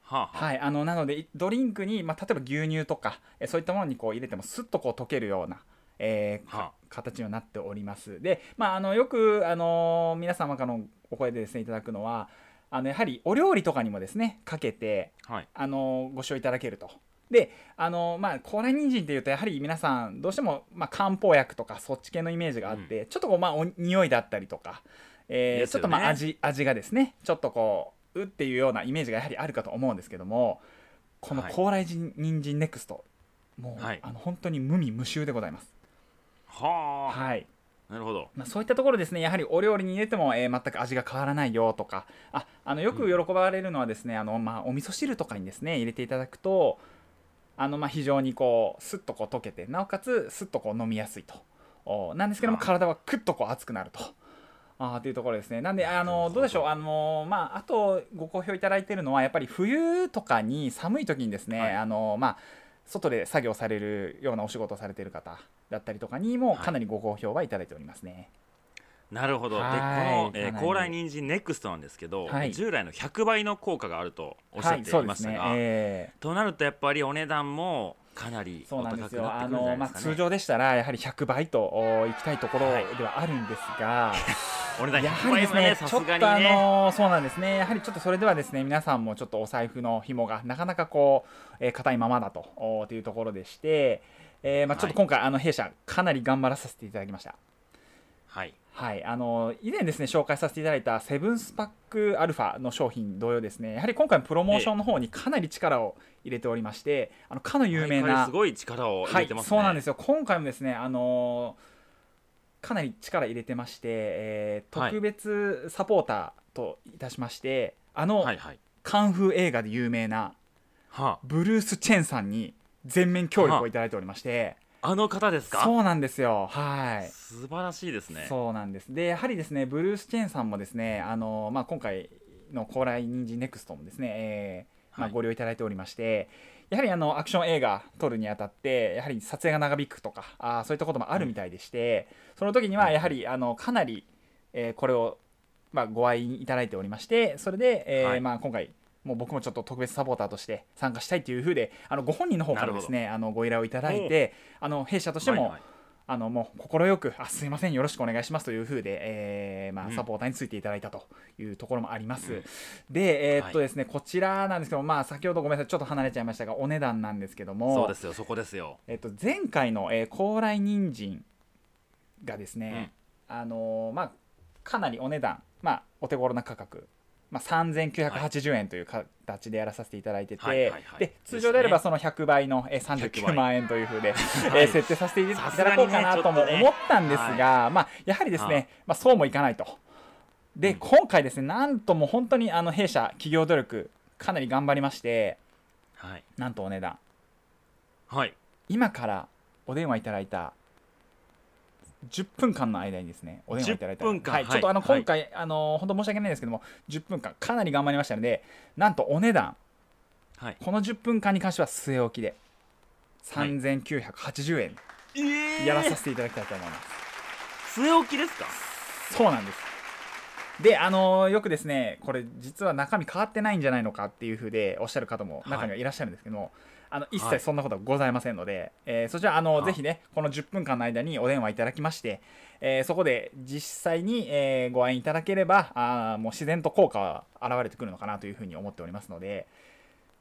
はあはあはい、あのなのでいドリンクに、まあ、例えば牛乳とかえそういったものにこう入れてもスッとこう溶けるような、えーかはあ形にはなっておりますで、まあ、あのよく、あのー皆様からのお声でですねいただくのはあのやはりお料理とかにもですねかけて、はいあのーご使用いただけると。であのーまあ、高麗人参っていうとやはり皆さんどうしても、まあ、漢方薬とかそっち系のイメージがあって、ちょっとこう、まあ、お匂いだったりとか、えでーすちょよっねとまあ味味がですねちょっとこううっていうようなイメージがやはりあるかと思うんですけどもこのはい高麗人人参ネクスト、もう、はいあの本当に無味無臭でございます。はあはいなるほどまあ、そういったところですねやはりお料理に入れても、えー全く味が変わらないよとかああのよく喜ばれるのはですね、あのまあ、お味噌汁とかにですね入れていただくとあの、まあ、非常にこうすっとこう溶けてなおかつすっとこう飲みやすいとおなんですけどもああ体はくっとこう熱くなると。あーというところですねなんであなるほのどどうでしょうあの、まあ、あとご好評いただいているのはやっぱり冬とかに寒い時にですね、はいあのまあ、外で作業されるようなお仕事をされている方だったりとかにもはいかなりご好評はいただいておりますね。なるほどでこはいの、えかなー、り高麗人参ネクストなんですけど、はい従来の100倍の効果があるとおっしゃっていましたが、はいそうですねえとなるとやっぱりお値段もかなりーそおうなんで高すくなよ、ってくるあんじのゃなまいであ、すか通ね常でしたら、やはり100倍とおいきたいところではあるんです <laughs> が、お値段や100は倍りですはねね、さちすょっとがあにねのそうなんですね、やはりちょっとそれではですね、皆さんもちょっとお財布の紐がなかなかこう、えー硬いままだとおというところでして、えーまあ、ちょっと今回、あの弊社、かなり頑張らさせていただきました。はいはい、あの以前ですね紹介させていただいたセブンスパックアルファの商品同様ですねやはり今回のプロモーションの方にかなり力を入れておりまして、あのかの有名毎回なすごい力を入はれいてますね、そうなんですよ今回もですねあのーかなり力入れてまして、えーはい特別サポーターといたしまして、あのはいはいカンフー映画で有名なはブルース・チェンさんに全面協力をいただいておりまして、ああの方ですかそうなんですよはい素晴らしいですねそうなんですでやはりですねブルース・チェーンさんもですねあの、まあ、今回の「高麗人参ネクストもですね、えーまはあ、いご利用いただいておりまして、やはりあのアクション映画撮るにあたってやはり撮影が長引くとかあーそういったこともあるみたいでして、その時にはやはりあのかなり、えーこれを、まあ、ご愛いただいておりましてそれで、えーはいまあ、今回もう僕もちょっと特別サポーターとして参加したいというふうであのご本人の方からですねあのご依頼をいただいてあの弊社としても、はいはいあのもう快くあすいませんよろしくお願いしますというふうで、えーうまあ、んサポーターについていただいたというところもあります、うんでえーはいっとですね、こちらなんですけど、まあ、先ほどごめんなさいちょっと離れちゃいましたがお値段なんですけどもそうですよそこですよえーっと前回の、えー、高麗人参がですね、あのーまあ、かなりお値段、まあ、お手頃な価格、まあ、3980円という形でやらさせていただいてて、はいはいはいで通常であればでその100倍の、えー100 39倍万円というふうで。はえいー設定させていさすたがだにねこうかなともちょっとね思ったんですが、まあ、やはりですね、はいまあ、そうもいかないと。で、うん今回ですねなんともう本当にあの弊社企業努力かなり頑張りましてはいなんとお値段はい今からお電話いただいた10分間の間にですねお電話いただいた10分間はい、はいちょっとあのはい今回、あの本当申し訳ないですけども10分間かなり頑張りましたのでなんとお値段はいこの10分間に関しては据え置きで3980円ええやらさせていただきたいと思います。据え置きですかそうなんですであのよくですねこれ実は中身変わってないんじゃないのかっていうふうでおっしゃる方も中にはいらっしゃるんですけども、あの一はい切そんなことはございませんので、えーそちらあのあぜひねこの10分間の間にお電話いただきまして、えーそこで実際に、えーご愛飲いただければあーもう自然と効果は現れてくるのかなというふうに思っておりますので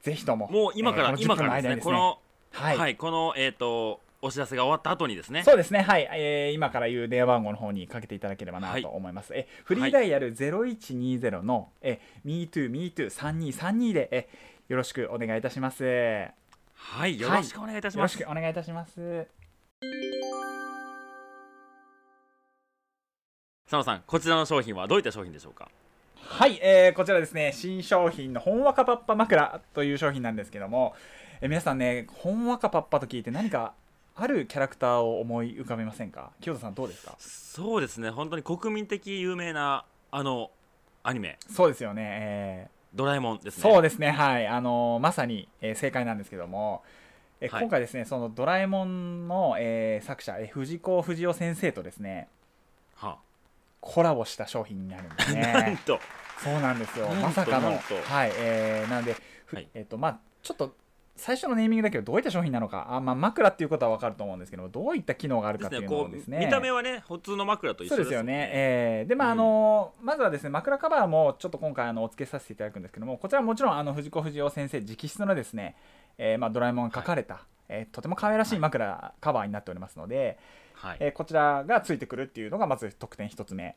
ぜひとももう今から、えーこの今10分かのら間ですにねですこねのははいい、このえっ、とお知らせが終わった後にです <laughs> ねそうですね、はい、えー今から言う電話番号の方にかけていただければなと思います。えフリーダイヤル0120の、え MeTooMeToo3232 でえよろしくお願いいたします。よはいよろしくお願いいたしろましす、くお願いいたします。佐野さんこちらの商品はどういった商品でしょうかはい、えーこちらですね、新商品のほんわかパッパ枕という商品なんですけども、えー皆さんね、ほんわかパッパと聞いて何かあるキャラクターを思い浮かべませんか清田さんどうですかそうですね本当に国民的有名なあのアニメそうですよね、えー「ドラえもん」ですねそうですね、はい、あのまさに、えー正解なんですけども、えーはい今回ですね、そのドラえもんの、えー作者、えー藤子不二雄先生とですね、はコラボした商品になるんであ、す <laughs> <laughs> なんね。とそうなんですよ、なんとまさかの。なはんとい、えーなんで、ふはいえっ、と、まあ、ちょっと。最初のネーミングだけどどういった商品なのかあ、まあ、枕っていうことは分かると思うんですけどもどういった機能があるでかすっねていうのこをうですね見た目はね普通の枕と一緒そうでですすよね。よねえーで、まあ、あの、まずはですね、枕カバーもちょっと今回、あの、お付けさせていただくんですけども、こちらもちろん、あの、藤子不二雄先生直筆のですね、えーまあ、ドラえもんが書かれた、えーとても可愛らしい枕カバーになっておりますので、はい、えーこちらがついてくるっていうのが、まず特典一つ目。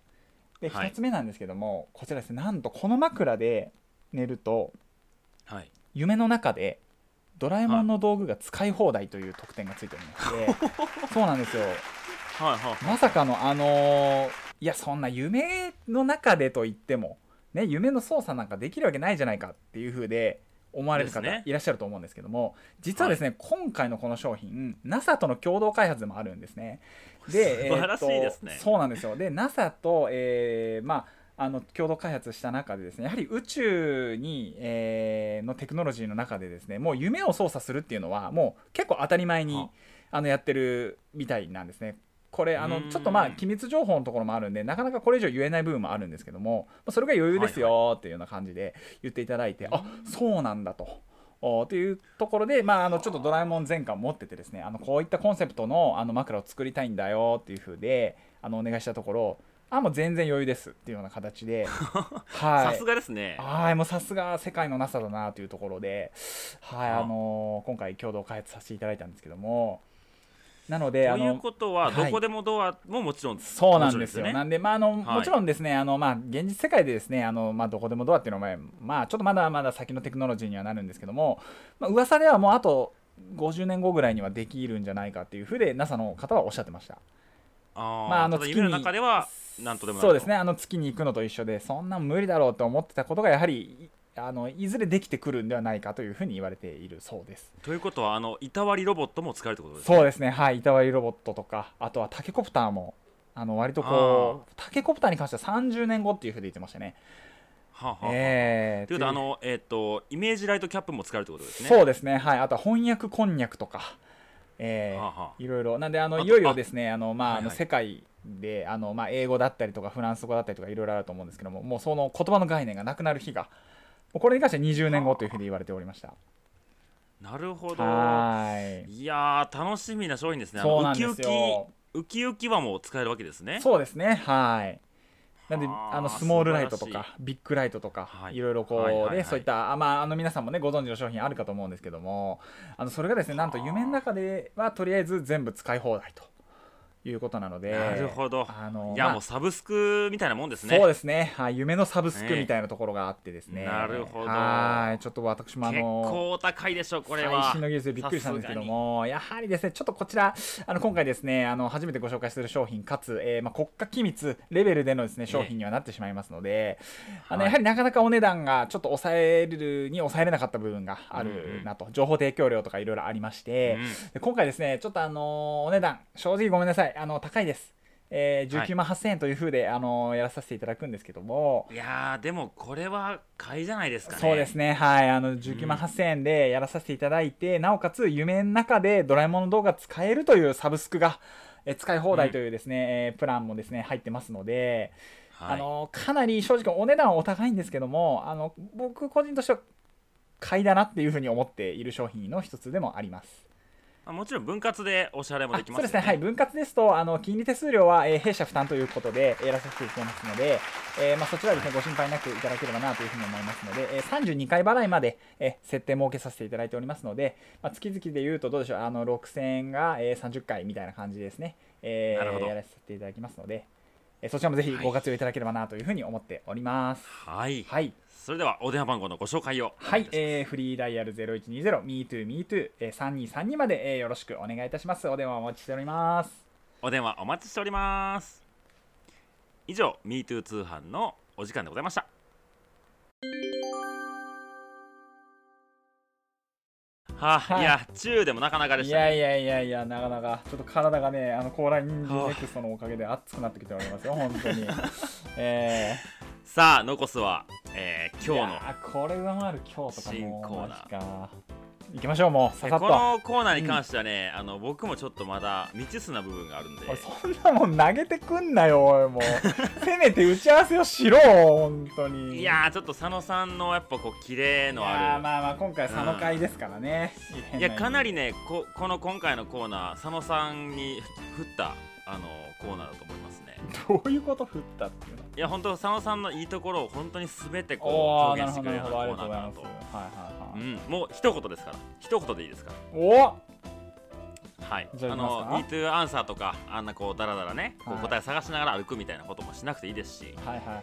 で、はい二つ目なんですけども、こちらですね、なんとこの枕で寝ると、はい、夢の中でドラえもんの道具が使い放題という特典がついておりまして、そうなんですよ。はいはいはいまさかのあのーいやそんな夢の中でと言ってもね夢の操作なんかできるわけないじゃないかっていう風で思われる方ですねいらっしゃると思うんですけども、実はですね、今回のこの商品 NASA との共同開発でもあるんですね。<laughs> で素晴らしいえーっとですねそうなんですよで NASA と、えーまああの共同開発した中でですねやはり宇宙に、えーのテクノロジーの中でですねもう夢を操作するっていうのはもう結構当たり前はにあのやってるみたいなんですね。これあうのーんちょっとまあ機密情報のところもあるんでなかなかこれ以上言えない部分もあるんですけどもまあそれが余裕ですよっていうような感じで言っていただいて、あそうなんだと。おというところで、まあ、あのちょっとドラえもん全巻持っててですねあのこういったコンセプトのあの枕を作りたいんだよっていうふうであのお願いしたところあもう全然余裕ですっていうような形 <laughs> で、はさい、すがですねはい、もうさすが世界の NASA だなというところで、はい、ああのー今回共同開発させていただいたんですけども、なので、あというの、ことははいどこでもドアももちろんそうなんですよ。もちろなんんで、まあ、あの、はいもちろんですね、あの、まあ、現実世界でですね、あの、まあ、どこでもドアっていうのは、まあ、ちょっとまだまだ先のテクノロジーにはなるんですけども、まあ、噂ではもうあと50年後ぐらいにはできるんじゃないかっていうふうで、NASA の方はおっしゃってました。あーまああのただ月夢のに中ではなんとでもなるそうとですねあの月に行くのと一緒でそんなん無理だろうと思ってたことがやはりいあのいずれできてくるんではないかというふうに言われているそうですということはあのいたわりロボットも使えるってことですねそうですねはい板割りロボットとかあとはタケコプターもあの割とこうタケコプターに関しては30年後っていうふうで言ってましたねはあはあええということはあのえっ、とイメージライトキャップも使えるってことですねそうですねはいあとは翻訳こんにゃくとかええはあはあいろいろなんでああのといよいよですねあのまあはあいのはい世界であのまあ英語だったりとかフランス語だったりとかいろいろあると思うんですけどももうその言葉の概念がなくなる日がもうこれに関しては20年後というふうに言われておりましたなるほどはいいやー楽しみな商品ですねあのそうなんですよウキウキウキはもう使えるわけですねそうですねはいなんではああのスモールライトと素晴らしかビッグライトとか、はいい、ろいろこう、はいはいはいねそういったあ,、まあ、あの皆さんもねご存知の商品あるかと思うんですけどもあのそれがですねなんとはあ夢の中ではとりあえず全部使い放題ということなのでなるほどあのいや、まあもうサブスクみたいなもんですねそうですね、はい、夢のサブスクみたいなところがあってですね、ねなるほどはいちょっと私もあ結の構お高いでしょこれは最新の技術でびっくりしたんですけども、やはりですね、ちょっとこちら、あの今回ですね、あの初めてご紹介する商品、かつ、えーまあ、国家機密レベルでのですね商品にはなってしまいますので、あのはいやはりなかなかお値段がちょっと抑えるに抑えれなかった部分があうんうるんなと、情報提供料とかいろいろありまして、うんで今回ですねちょっとあのーお値段正直ごめんなさいあの高いです、えー、はい19万8000円というふうで、あのーやらさせていただくんですけども、いやーでもこれは買いじゃないですかねそうですねはいあの19万8000円でやらさせていただいて、なおかつ夢の中でドラえもんの動画使えるというサブスクがえー使い放題というですね、えープランもですね入ってますので、はいあのーかなり正直お値段はお高いんですけどもあの僕個人としては買いだなっていうふうに思っている商品の一つでもあります。まあもちろん分割でお支払いもできますよあそうですね、はい、分割ですとあの金利手数料は、えー弊社負担ということでえーやらさせていただきますので、えーまあ、そちらはですねご心配なくいただければなというふうに思いますので、えー32回払いまで、えー設定設けさせていただいておりますので、まあ、月々で言うとどうでしょうあの6000円が、えー30回みたいな感じですね、えーなるほどやらせていただきますので、えーそちらもぜひご活用いただければなというふうに思っております。はいはいそれではお電話番号のご紹介をおは願いいた、しますえー、フリーダイヤル 0120-MeTooMeToo3232、えー、3232まで、えーよろしくお願いいたします。お電話お待ちしております。お電話お待ちしております以上 MeToo 通販のお時間でございましたはあ、、はいいや中でもなかなかでいしたやねいやいやいや、なかなか、ちょっと体がね、あのコーラインジはあネクストのおかげで熱くなってきておりますよ、本 <laughs> 当に。えさあ残すは、えーー、今い日のやーこれ上回る今日とか新もコーナーうマジか。行きましょう、もう、さえさこっと。のコーナーに関してはね、あの僕もちょっとまだ未知数な部分があるんでおいそんなもん投げてくんなよ、おい <laughs> もう。せめて打ち合わせをしろ、本当に。いやーちょっと佐野さんのやっぱこう綺麗いのやあーるまあまあ、今回、うん佐野会ですからね。いやかなりねここの今回のコーナー佐野さんにふ振ったあのコーナーだと思いますねどういうこと振ったっていうのいや本当佐野さんのいいところを本当に全てこうおお表ーな現るしほてどくれるなるようほなコどありーナがとうーございだなとますはいはういはいんもう一言ですから一言でいいですかおっらはいじゃああいきますのか MeToo アンサーとかあんなこうダラダラねこうはい答え探しながら歩くみたいなこともしなくていいですしはいはいは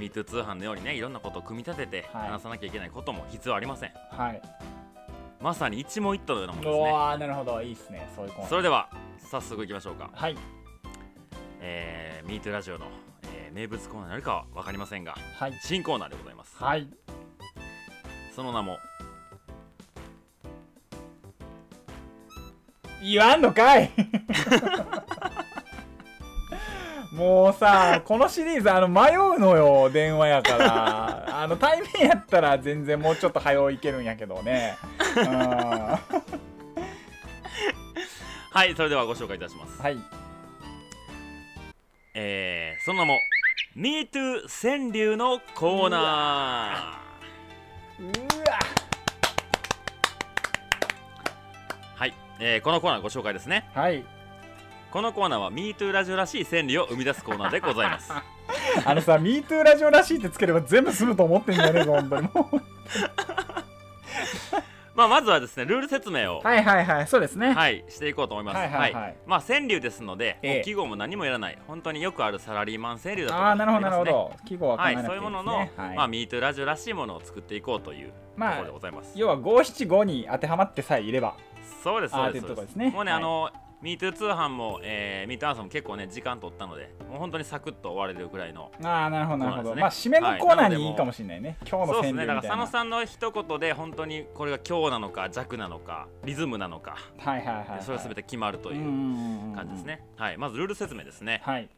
MeToo 通販のようにねいろんなことを組み立ててはい話さなきゃいけないことも必要ありませんいはいまさに一問一答のようなものうですねわーなるほどいいっすねそういうコーナーそれでは早速いきましょうかはいえー、MeToo ラジオの、えー名物コーナーになるかは分かりませんがはい新コーナーでございますはいその名も言わんのかいもうさこのシリーズあの迷うのよ電話やからあの対面やったら全然もうちょっと早ういけるんやけどねうんははいそれではご紹介いたしますいえー、その名も「MeToo 川柳」のコーナうーはい、えーこのコーナーご紹介ですねわはいこのコーナーは MeToo ラジオらしい川柳を生み出すコーナーでござい <laughs> ますあのさ「MeToo ラジオらしい」ってつければ全部済むと思ってんじゃねえぞ本当にもうまあまずはですねルール説明をはい、はいはいはいそうですねしていこうと思いますはいはいはいまあ川柳ですので、ええお記号も何もいらない本当によくあるサラリーマン川柳だとかああなるほどなるあほりますねど季語は考はえいなくそてういいういもですのの、ねはいまあ MeToo ラジオらしいものを作っていこうというとまあころでございます、要は五七五に当てはまってさえいればそうですそあーうですというとそこうですねもうね、はあいの MeToo 通販も、えー、MeToo アンサーも結構ね時間取ったのでもう本当にサクッと終われるぐらいのああなるほどなるほど、そうなんですねまあ締めのコーナーはいにいいかもしれないね、今日そのうです川ね柳みだたかいら佐野なさんの一言で本当にこれが強なのか弱なのかリズムなのか、はいはいはい、はい、それが全て決まるとという感じですね、はいまずルール説明ですねはい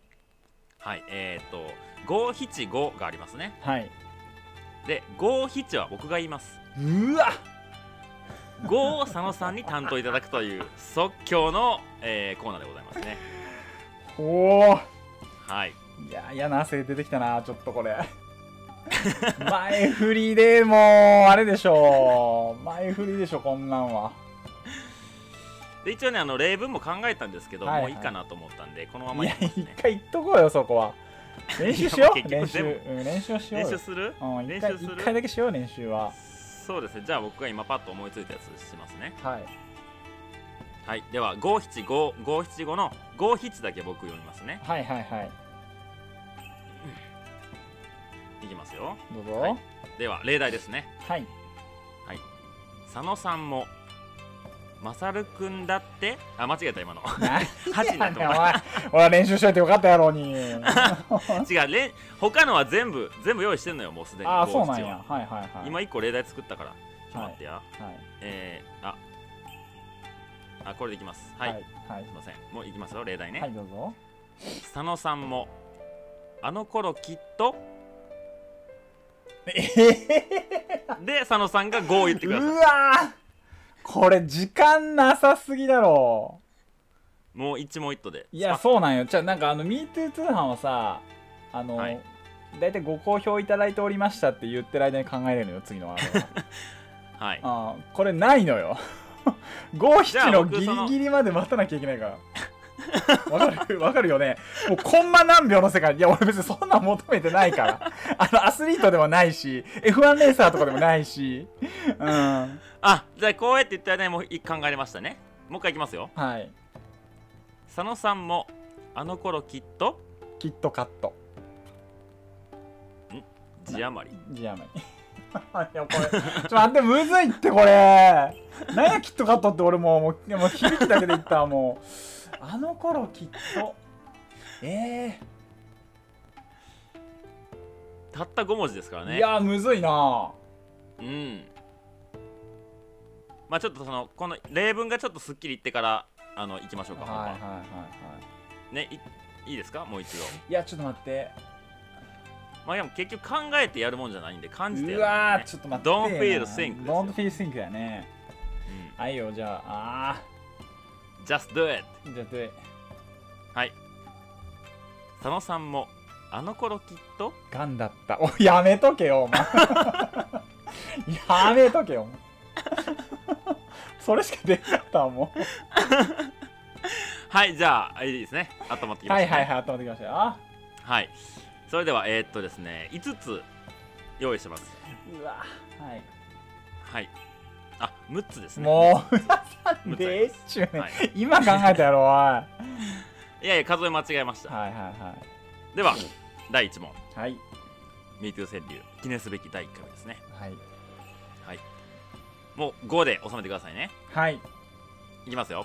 はいえー、っと五七五がありますねはいで五七は僕が言いますうわ五を佐野さんに担当いただくという即興の、えーコーナーでございますねおおはいいや嫌な汗出てきたなちょっと <laughs> これ前振りでもうあれでしょう前振りでしょこんなんはで一応ねあの例文も考えたんですけど、はいはいもういいかなと思ったんでこのままいいやきます一ね回言っとこうよそこは練習しよいやもうう練結習、局うん、練習しよう練よ習するうん、練習一回する一回だけしよう練習はそうですねじゃあ僕が今パッと思いついたやつしますねはいはいでは五七五五七五の五七だけ僕読みますねはいはいはいいきますよどうぞはいでは例題ですねはい佐野さんもマサルくんだってあ間違えた今の何八になやっねてんも <laughs> おら前俺は練習しといてよかったやろうに違うれ他のは全部全部用意してんのよもうすでにああ五そうなん七やははいはいはい今一個例題作ったからちょっと待ってや、はいえー、ああこれでいきますはい、はいはいすいませんもういきますよ例題ね、はいどうぞ佐野さんもあの頃きっとええで佐野さんが5を言ってくだうさいわーこれ時間なさすぎだろもう一問一答でいいやそうなんよじゃあなんかあの MeToo 通販はさあの、はい大体ご好評いただいておりましたって言ってる間に考えれるのよ次のワードははいあーこれないのよ <laughs> 五じゃあ七の僕ギそのリギリまで待たなきゃいけないからわかる <laughs> わかるよねもうコンマ何秒の世界いや俺別にそんなん求めてないから <laughs> あのアスリートでもないし F1 レーサーとかでもないしうんはあじゃあこうやって言ったらねもう一考えれましたねもう一回いきますよい佐野さんもあの頃きっとキットカット字余り字余り <laughs> いやこれちょっと待ってむずいってこれ何やキットカットって俺もうもうもう響きだけで言ったわもうあの頃きっとえたった5文字ですからーねいやむずいなうんまあちょっとそのこの例文がちょっとすっきり言ってからあの行きましょうはいか、はいほんまははいはいねいいいですかもう一度いやちょっと待ってまあでも結局考えてやるもんじゃないんで感じてやうるもんわーねちょっと待って Don't feel think ですよ Don't feel think だねはいよじゃああうん Just do it ーじゃあではい佐野さんもあの頃きっとガンだったおやめとけよお前 <laughs> やめとけよお前 <laughs> それしかできなかったわもうはいじゃあいいですね温まってきまはしいた、ね、はいはい、頭できましたよ。あはいそれではえーっとですね5つ用意してますうわ、はい。はいあ6つですねもう、浦さむんつあでりえっますちゅうね。はい、今考えたやろ、おい。はいやいや数え間違えましいたはいはい。では第1問はい。 MeToo 川柳記念すべき第1回目ですねはい。もう5で収めてくださいねはい。いきますよよ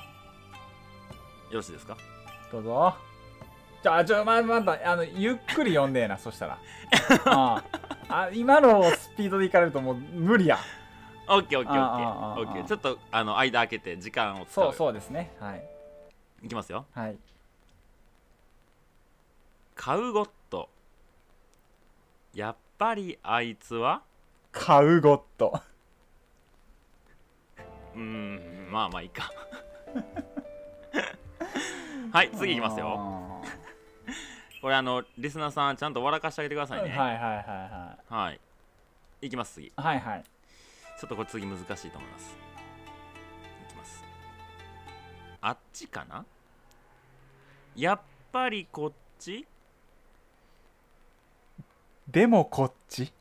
ろしいですかどうぞ。じゃあ、ちょ、ま、まだ、あの、ゆっくり読んでえな、 <laughs> そしたら。あああ今のスピードでいかれるともう無理や。オッケーオッケーオッケあああーああオッケーちょっとあの間開けて時間を使うそようそうですね。はい。いきますよはい。カウゴットやっぱりあいつはカウゴット。うーんまあまあいいか <laughs> はい次いきますよあこれあのリスナーさんちゃんと笑かしてあげてくださーいはいねはいい、はいははい、いきます次ちい。はいはい。ょっとこれ次難しいと思いますいきますあっちかなやっぱりこっち <laughs> でもこっち。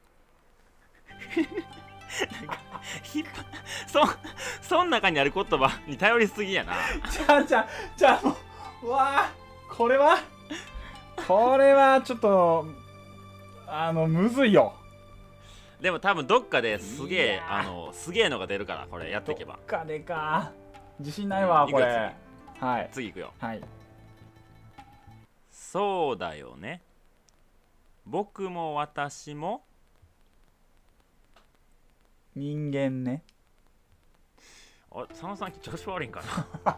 引っ張そそん <laughs> 中にある言葉に頼りすぎやなじゃあじゃあじゃあもううわあこれはこれはちょっとあのむずいよでも多分どっかですげいえやーあのすげえのが出るからこれやっていけどばっかでか自信ないわうんこれいくらはい次いくよはいそうだよね僕も私も人間ねあれ佐野さん調子悪いんかな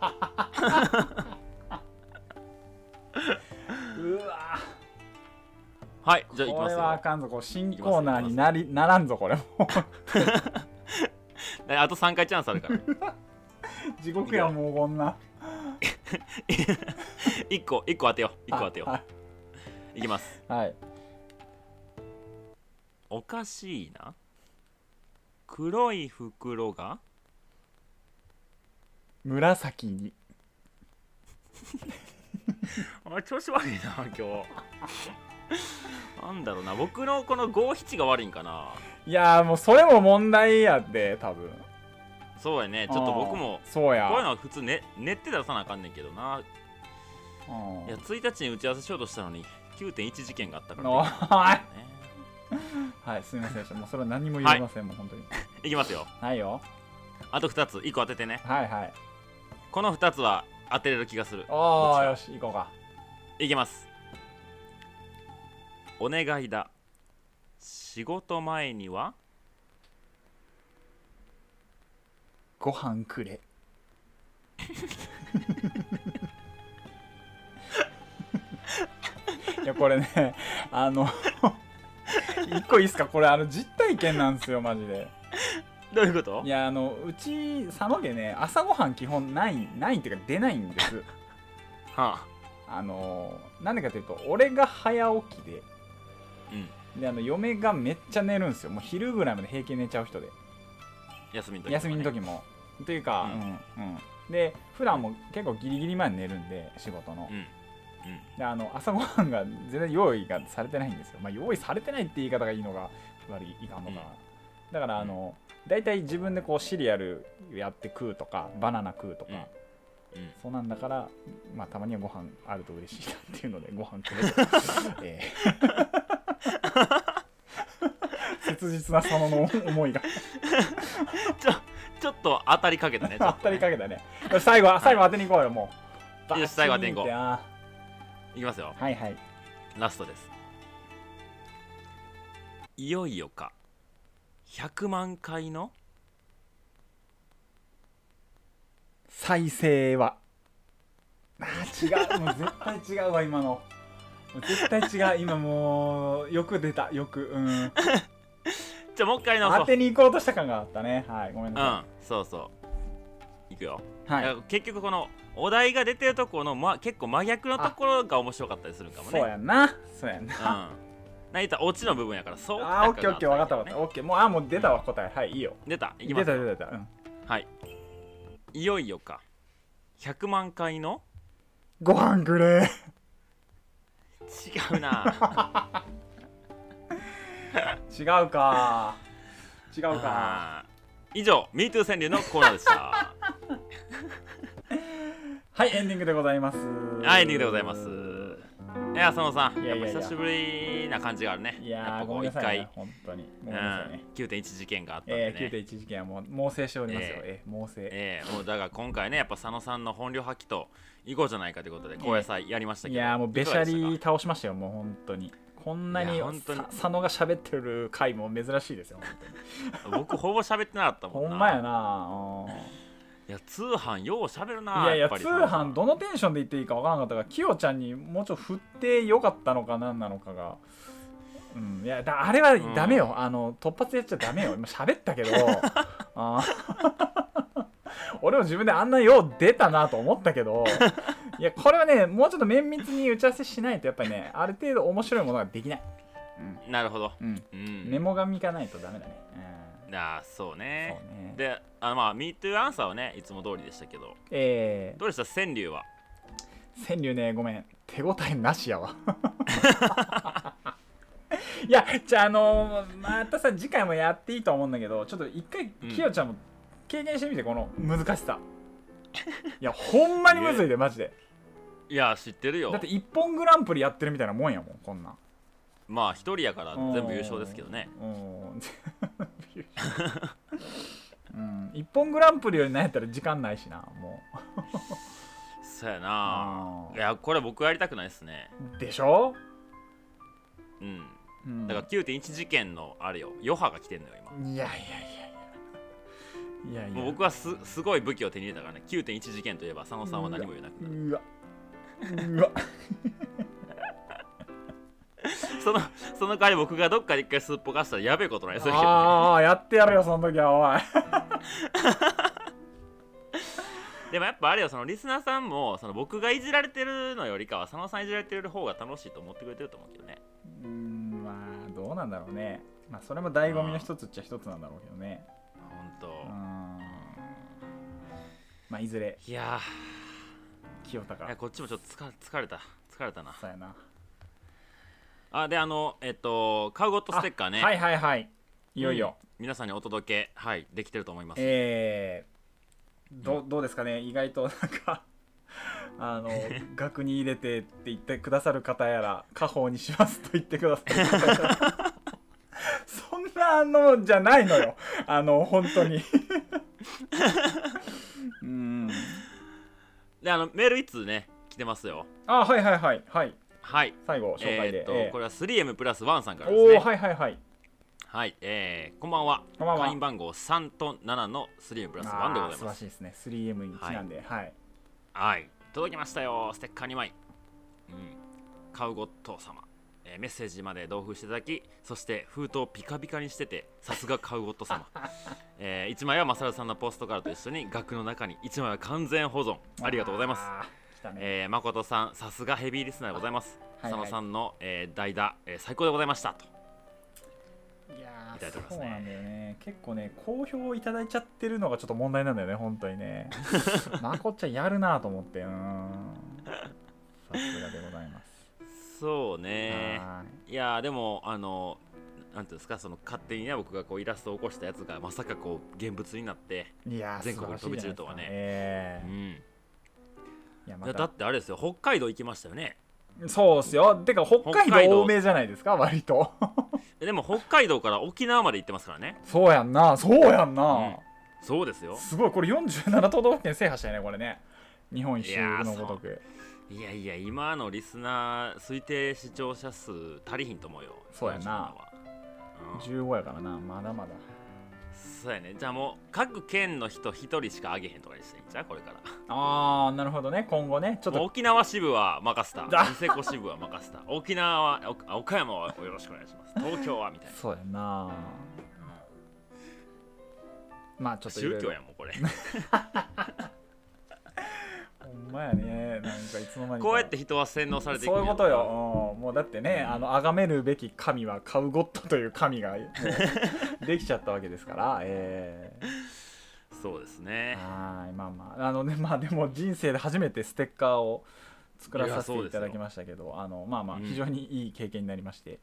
うわ <laughs> はいじゃあいきこますよれはあかんぞこう新コーナーになりならんぞ <laughs> これもえあと3回チャンスあるから <laughs> う地獄やもうこんな1個1個当てよう1個当てよ <laughs> はういきますいはいおかしいな黒い袋が紫にあ調子悪いな今日なんだろうな僕のこの五七が悪いんかないやーもうそれも問題やって多分そうやねちょっと僕もあーそうやこういうのは普通ね寝て出さなあかんねんけどなうんいや1日に打ち合わせしようとしたのに9.1事件があったから、おねいはいすみませんでしたもうそれは何も言えません、もう本当にいきますよはいよあと2つ1個当ててねはいはいこの2つは当てれる気がするおこっちーだよし行こうかいきますお願いだ仕事前にはご飯くれ <laughs> いやこれねあの一個いいっすかこれあの実体験なんですよマジでどういうこといやあのうち佐野家ね朝ごはん基本ないないっていうか出ないんですはああのなんでかというと俺が早起きでうんであの嫁がめっちゃ寝るんですよもう昼ぐらいまで平気で寝ちゃう人で休みの時とかね、休みの時もというか、うんうんで普段も結構ギリギリ前に寝るんで仕事の、うんうんであの朝ごはんが全然用意がされてないんですよ、まあ、用意されてないって言い方がいいのが悪いいかんのかうな、んだからあの、大体自分でこうシリアルやって食うとかバナナ食うとか、うんうんそうなんだから、まあ、たまにはご飯あると嬉しいなっていうのでご飯くれと、 <laughs> ええ切実な佐野の思いがちょっと当たりかけたねちょ <laughs> 当っとたねりかけたね。よし最後、最後当てに行こうよ、もう。よし最後当てに行こうバチーンっいきますよてあーはいはい。ラストですいよいよか100万回の再生は。あー違う、もう絶対違うわ、今の。もう絶対違う、今もう、よく出た、よく。うん。じゃあもう一回 <laughs> 直そ当うてに行こうとした感があったね。はい、ごめんうなんさそうそういくよ、い。はいだから結局このお題が出てるところの、ま、結構真逆のところが面白かったりするかもねそうやんな。そうやんな。うんなんか言ったらオチの部分やからそうあー、オッケーオッケー、分かったわ分かった。オッケー、もう、あー、もう出たわ、答え。はい、いいよ。出たいき出またすよ出た出た。うん。はいいよいよか100万回のご飯く <laughs> れ。違うな違うか。違うか。あー以上 MeToo 川柳のコーナーでした <laughs> はい、エンディングでございます。はいエンディングでございますいや佐野さんいやいやいややっぱ久しぶりな感じがあるねいややっぱー、こごうめん一なさい回、ね、本当に。ごうめんんなさいね。 9.1事件があったんでねえ、ー、9.1事件はもう猛省しておりますよ。えー猛省。ええもうだから今回ねやっぱ佐野さんの本領発揮といこうじゃないかということで高野菜やりましたけいど、やーもうべしゃいかがでりし倒しましたよ、もう本当に。こんないにや本当にさ佐野が喋ってる回も珍しいですよ。たか僕ほぼ喋ってなかったもんほなんまやな。 <laughs> いや通販よう喋るうんないやいや、っぱり通販どのテンションで言っていいかわからなかったから、きよちゃんにもうちょっと振ってよかったのかなんなのかが。うん、いやだあれはダメよ、あの突発でやっちゃダメよ今喋っ <laughs> たけどあー <laughs> 俺も自分であんなよう出たなと思ったけどいやこれはねもうちょっと綿密に打ち合わせしないとやっぱりねある程度面白いものができない、なるほどうん、うんメモ紙かないとダメだね、あーそううん、ねそうねであまあ MeToo アンサーはねいつも通りでしたけどえどうでした川柳はー、川柳ねごめん手応えなしやわ <laughs> いやじゃああのーまたさ次回もやっていいと思うんだけどちょっと一回うんきよちゃんも経験してみてこの難しさいやほんまにむずいでマジでいや知ってるよだって一本グランプリやってるみたいなもんやもんこんなんまあ一人やから全部優勝ですけどねうんうん一本グランプリよりなんやったら時間ないしなもうそうやなうんいやこれ僕やりたくないですねでしょ、うんうんだから9.1事件のあれよ余波が来てんのよ今いやいやいやいやいやいやもう僕はすすごい武器を手に入れたからね9.1事件といえば佐野さんは何も言えなくなるうわうわそのその代わり僕がどっかで一回すっぽかしたらやべ <laughs> えことないするけどねああやってやるよその時はおいでもやっぱあれよそのリスナーさんもその僕がいじられてるのよりかは佐野さんいじられてる方が楽しいと思ってくれてると思うけどねうーんまあどうなんだろうねまあそれも醍醐味の一つっちゃ一つなんだろうけどね本当、うーんまあいずれいや清高ーいやこっちもちょっと疲れ疲れた疲れたなさやなあであのえっとカウゴットステッカーね、はいはいはいいよいよ、皆さんにお届けはいできてると思います、えー、どどうですかね意外となんかあ <laughs> の額に入れてって言ってくださる方やら家宝にしますと言ってくださる方や <laughs> らそんなのじゃないのよあの本当 <laughs> にうんであのメール1通ね来てますよあはいはいはいはいはい最後紹介えーでっ、と、えーこれは 3M プラスワンさんからですおねおはいはいはいはい、えーこんばんは。こんばんは会員番号3と7の 3M プラス1でごあーざい素晴まらす。しいですね 3M にちなんではい、はい、届きましたよ、ステッカー2枚。うん、カウゴット様、えーメッセージまで同封していただき、そして封筒をピカピカにしてて、さすがカウゴット様。 <laughs> え1枚はマサルさんのポストカードと一緒に額の中に、1枚は完全保存。ありがとうございます。あー来たね、えー、誠さん、さすがヘビーリスナーでございます。はいはい佐野さんの、えー代打、えー最高でございましたと。いやいただいておりまーそすねうなんだよね結構ね好評いただいちゃってるのがちょっと問題なんだよね本当に <laughs> ねまこっちゃんやるなと思ってうーんさすがでございます、そうねはーいいやーでもあのなんていうんですかその勝手にね僕がこうイラストを起こしたやつがまさかこう現物になっていやー全国に素晴らしい飛び散じゃないですかるとはねえうん、ーいやいやまだたってあれですよ北海道行きましたよねそうっすよてか北海北海道道多めじゃないですか割と <laughs> えでも北海道から沖縄まで行ってますからねそうやんなそうやんな、そうですよすごいこれ47都道府県制覇したよねこれね日本一周のごとくいやいや今のリスナー推定視聴者数足りひんと思うよそうやな47は、うん15やからなまだまだそうやねじゃあもう各県の人一人しかあげへんとかにしていいんちゃうこれからあーなるほどね今後ねちょっもうと沖縄支部は任せただニセコ支部は任せた沖縄はお岡山はよろしくお願いします東京はみたいなそうやなまあちょっといろ宗い教ろやもんこれほんまやねなんかいつの間にかこうやって人は洗脳されていくんそやういうことよ、うんもうだってねあの崇めるべき神はカウゴットという神がもうできちゃったわけです <laughs> からえそうですー、ねはいまあまああのねまあでも人生で初めてステッカーを作らさせていただきましたけどあのまあまあうん非常にいい経験になりまして、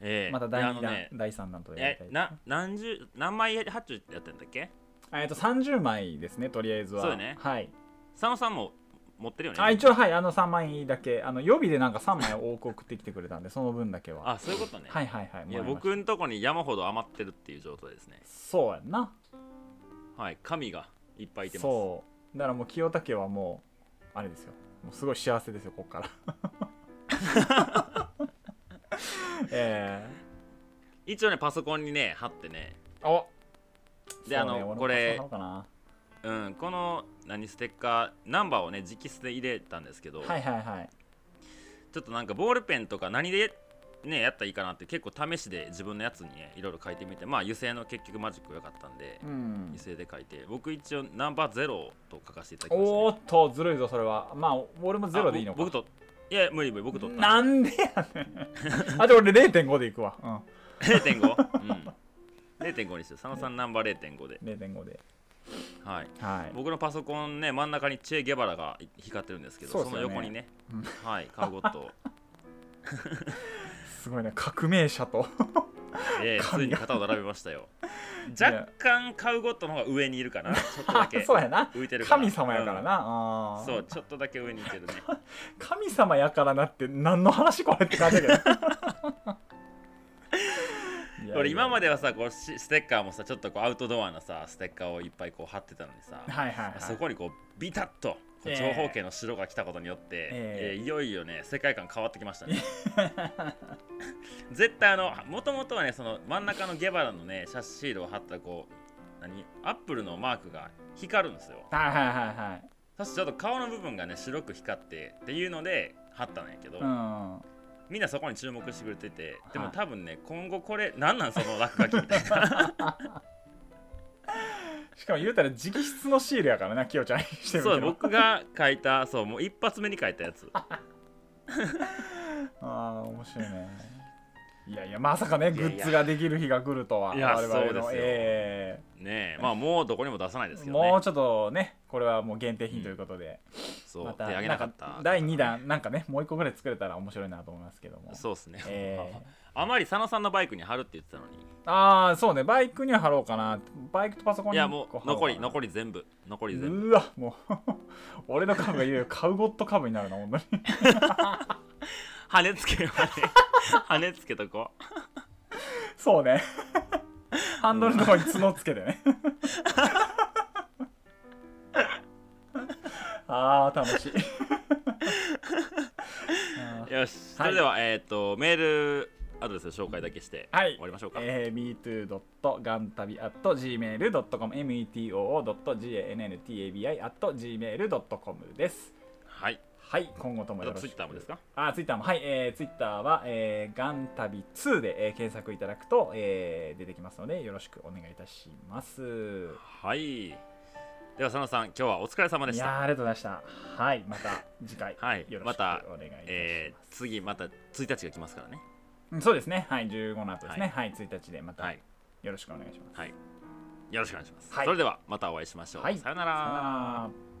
ええまた第であ2の弾、ね第3弾とやりえたいですな何十何枚発注やってんだっけえっと30枚ですねとりあえずはそうよねはい佐野さんも持ってるよねあ一応はいあの3枚だけあの予備でなんか3枚多く送ってきてくれたんでその分だけはあそういうことね、はいはいはいいやもらいました僕んとこに山ほど余ってるっていう状態ですねそうやんなはい神がいっぱいいてますそうだからもう清武はもうあれですよもうすごい幸せですよこ <laughs> っからえ一応ねパソコンにね貼ってねー、おであの俺もこれそうなのかうんこの何ステッカーナンバーをね直筆で入れたんですけど、なはいはいはいちょっとなんかボールペンとか何でねやったらいいかなって結構試しで自分のやつにねいろいろ書いてみてまあ油性の結局マジックが良かったんで、うん油性で書いて僕一応ナンバーゼロと書かせていただきました、おーね、っとずるいぞそれはまあ俺もゼロでいいのあかぼ僕といや無理無理僕とったなんでやね <laughs> んあじゃあ俺0.5でいくわうん0.5うん0.5にして佐野さんナンバー0.5で、 0.5ではい、はい僕のパソコンね真ん中にチェ・ゲバラが光ってるんですけどそうそですのよね横にね、うんはいカウゴットを、すごいね革命者 <laughs> とえー、ついに肩を並べましたよ若干カウゴットの方が上にいるかなちょっとだけ <laughs> そうやな浮いてるから神様やからな、あーそうちょっとだけ上に行けるね神様やからなって何の話これって感じだけどいやいや <laughs> 俺今まではさこうしステッカーもさ <laughs> ちょっとこうアウトドアなさステッカーをいっぱいこう貼ってたのにさ、はいはいはいそこにこうビタッとええ長方形の白が来たことによって、ええーいよいよね世界観変わってきま <laughs> したね絶対あのもともとはねその真ん中のゲバラのねシャッシールを貼ったこう何アップルのマークが光るんですよはいはいはいはいそしてちょっと顔の部分がね白く光ってっていうので貼ったんやけど、うんみんなそこに注目してくれててではもい多分ね今後これ何なんその落書きみた <laughs> いなしかも言うたら直筆のシールやからなきよちゃんに <laughs> してみてそうも僕が書いたそうもう一発目に書いたやつああ面白いねいやいやまさかいねやいグやッズができる日が来るとはいや我々のそうですよえねえまあもうどこにも出さないえですけどねもうちょっとねこれはもう限定品ということで、そうま手た挙げなかったんか第2弾なんかねもう一個ぐらい作れたら面白いなと思いますけどもそうっすね、ええ <laughs> あまり佐野さんのバイクに貼るって言ってたのにああそうねバイクには貼ろうかなバイクとパソコンいにやもう残りり残り全部残り全部うわもう <laughs> 俺の株がいよいよカウゴット株になる <laughs> な本当に羽根つけよう羽根 <laughs> 羽根つけとこうそうねハンドルのとこに角つけて <laughs> ねあー <laughs> 楽しいあーよしそれでは、えっ、とメールアドレスの紹介だけして、はい終わりましょうか、えー、metoo.gantabi.gmail.com metoo.gantabi.gmail.com ですはいはい今後ともあよとろしくツイッターもですかあツイッターもはい、えー、ツイッターは、えー、ガンタビ2で、えー検索いただくと、えー出てきますのでよろしくお願いいたしますはいでは佐野さん今日はお疲れ様でいしやーたありがとうございましたはいまた次回はいよろましくお願たいいたします、えー次また1日が来ますからねうんそうですねはい15の後ですねはい、1日でまたはよいろしくお願いします、はいよろしくお願いします、はいそれではまたお会いしましょう、はいさよならさよなら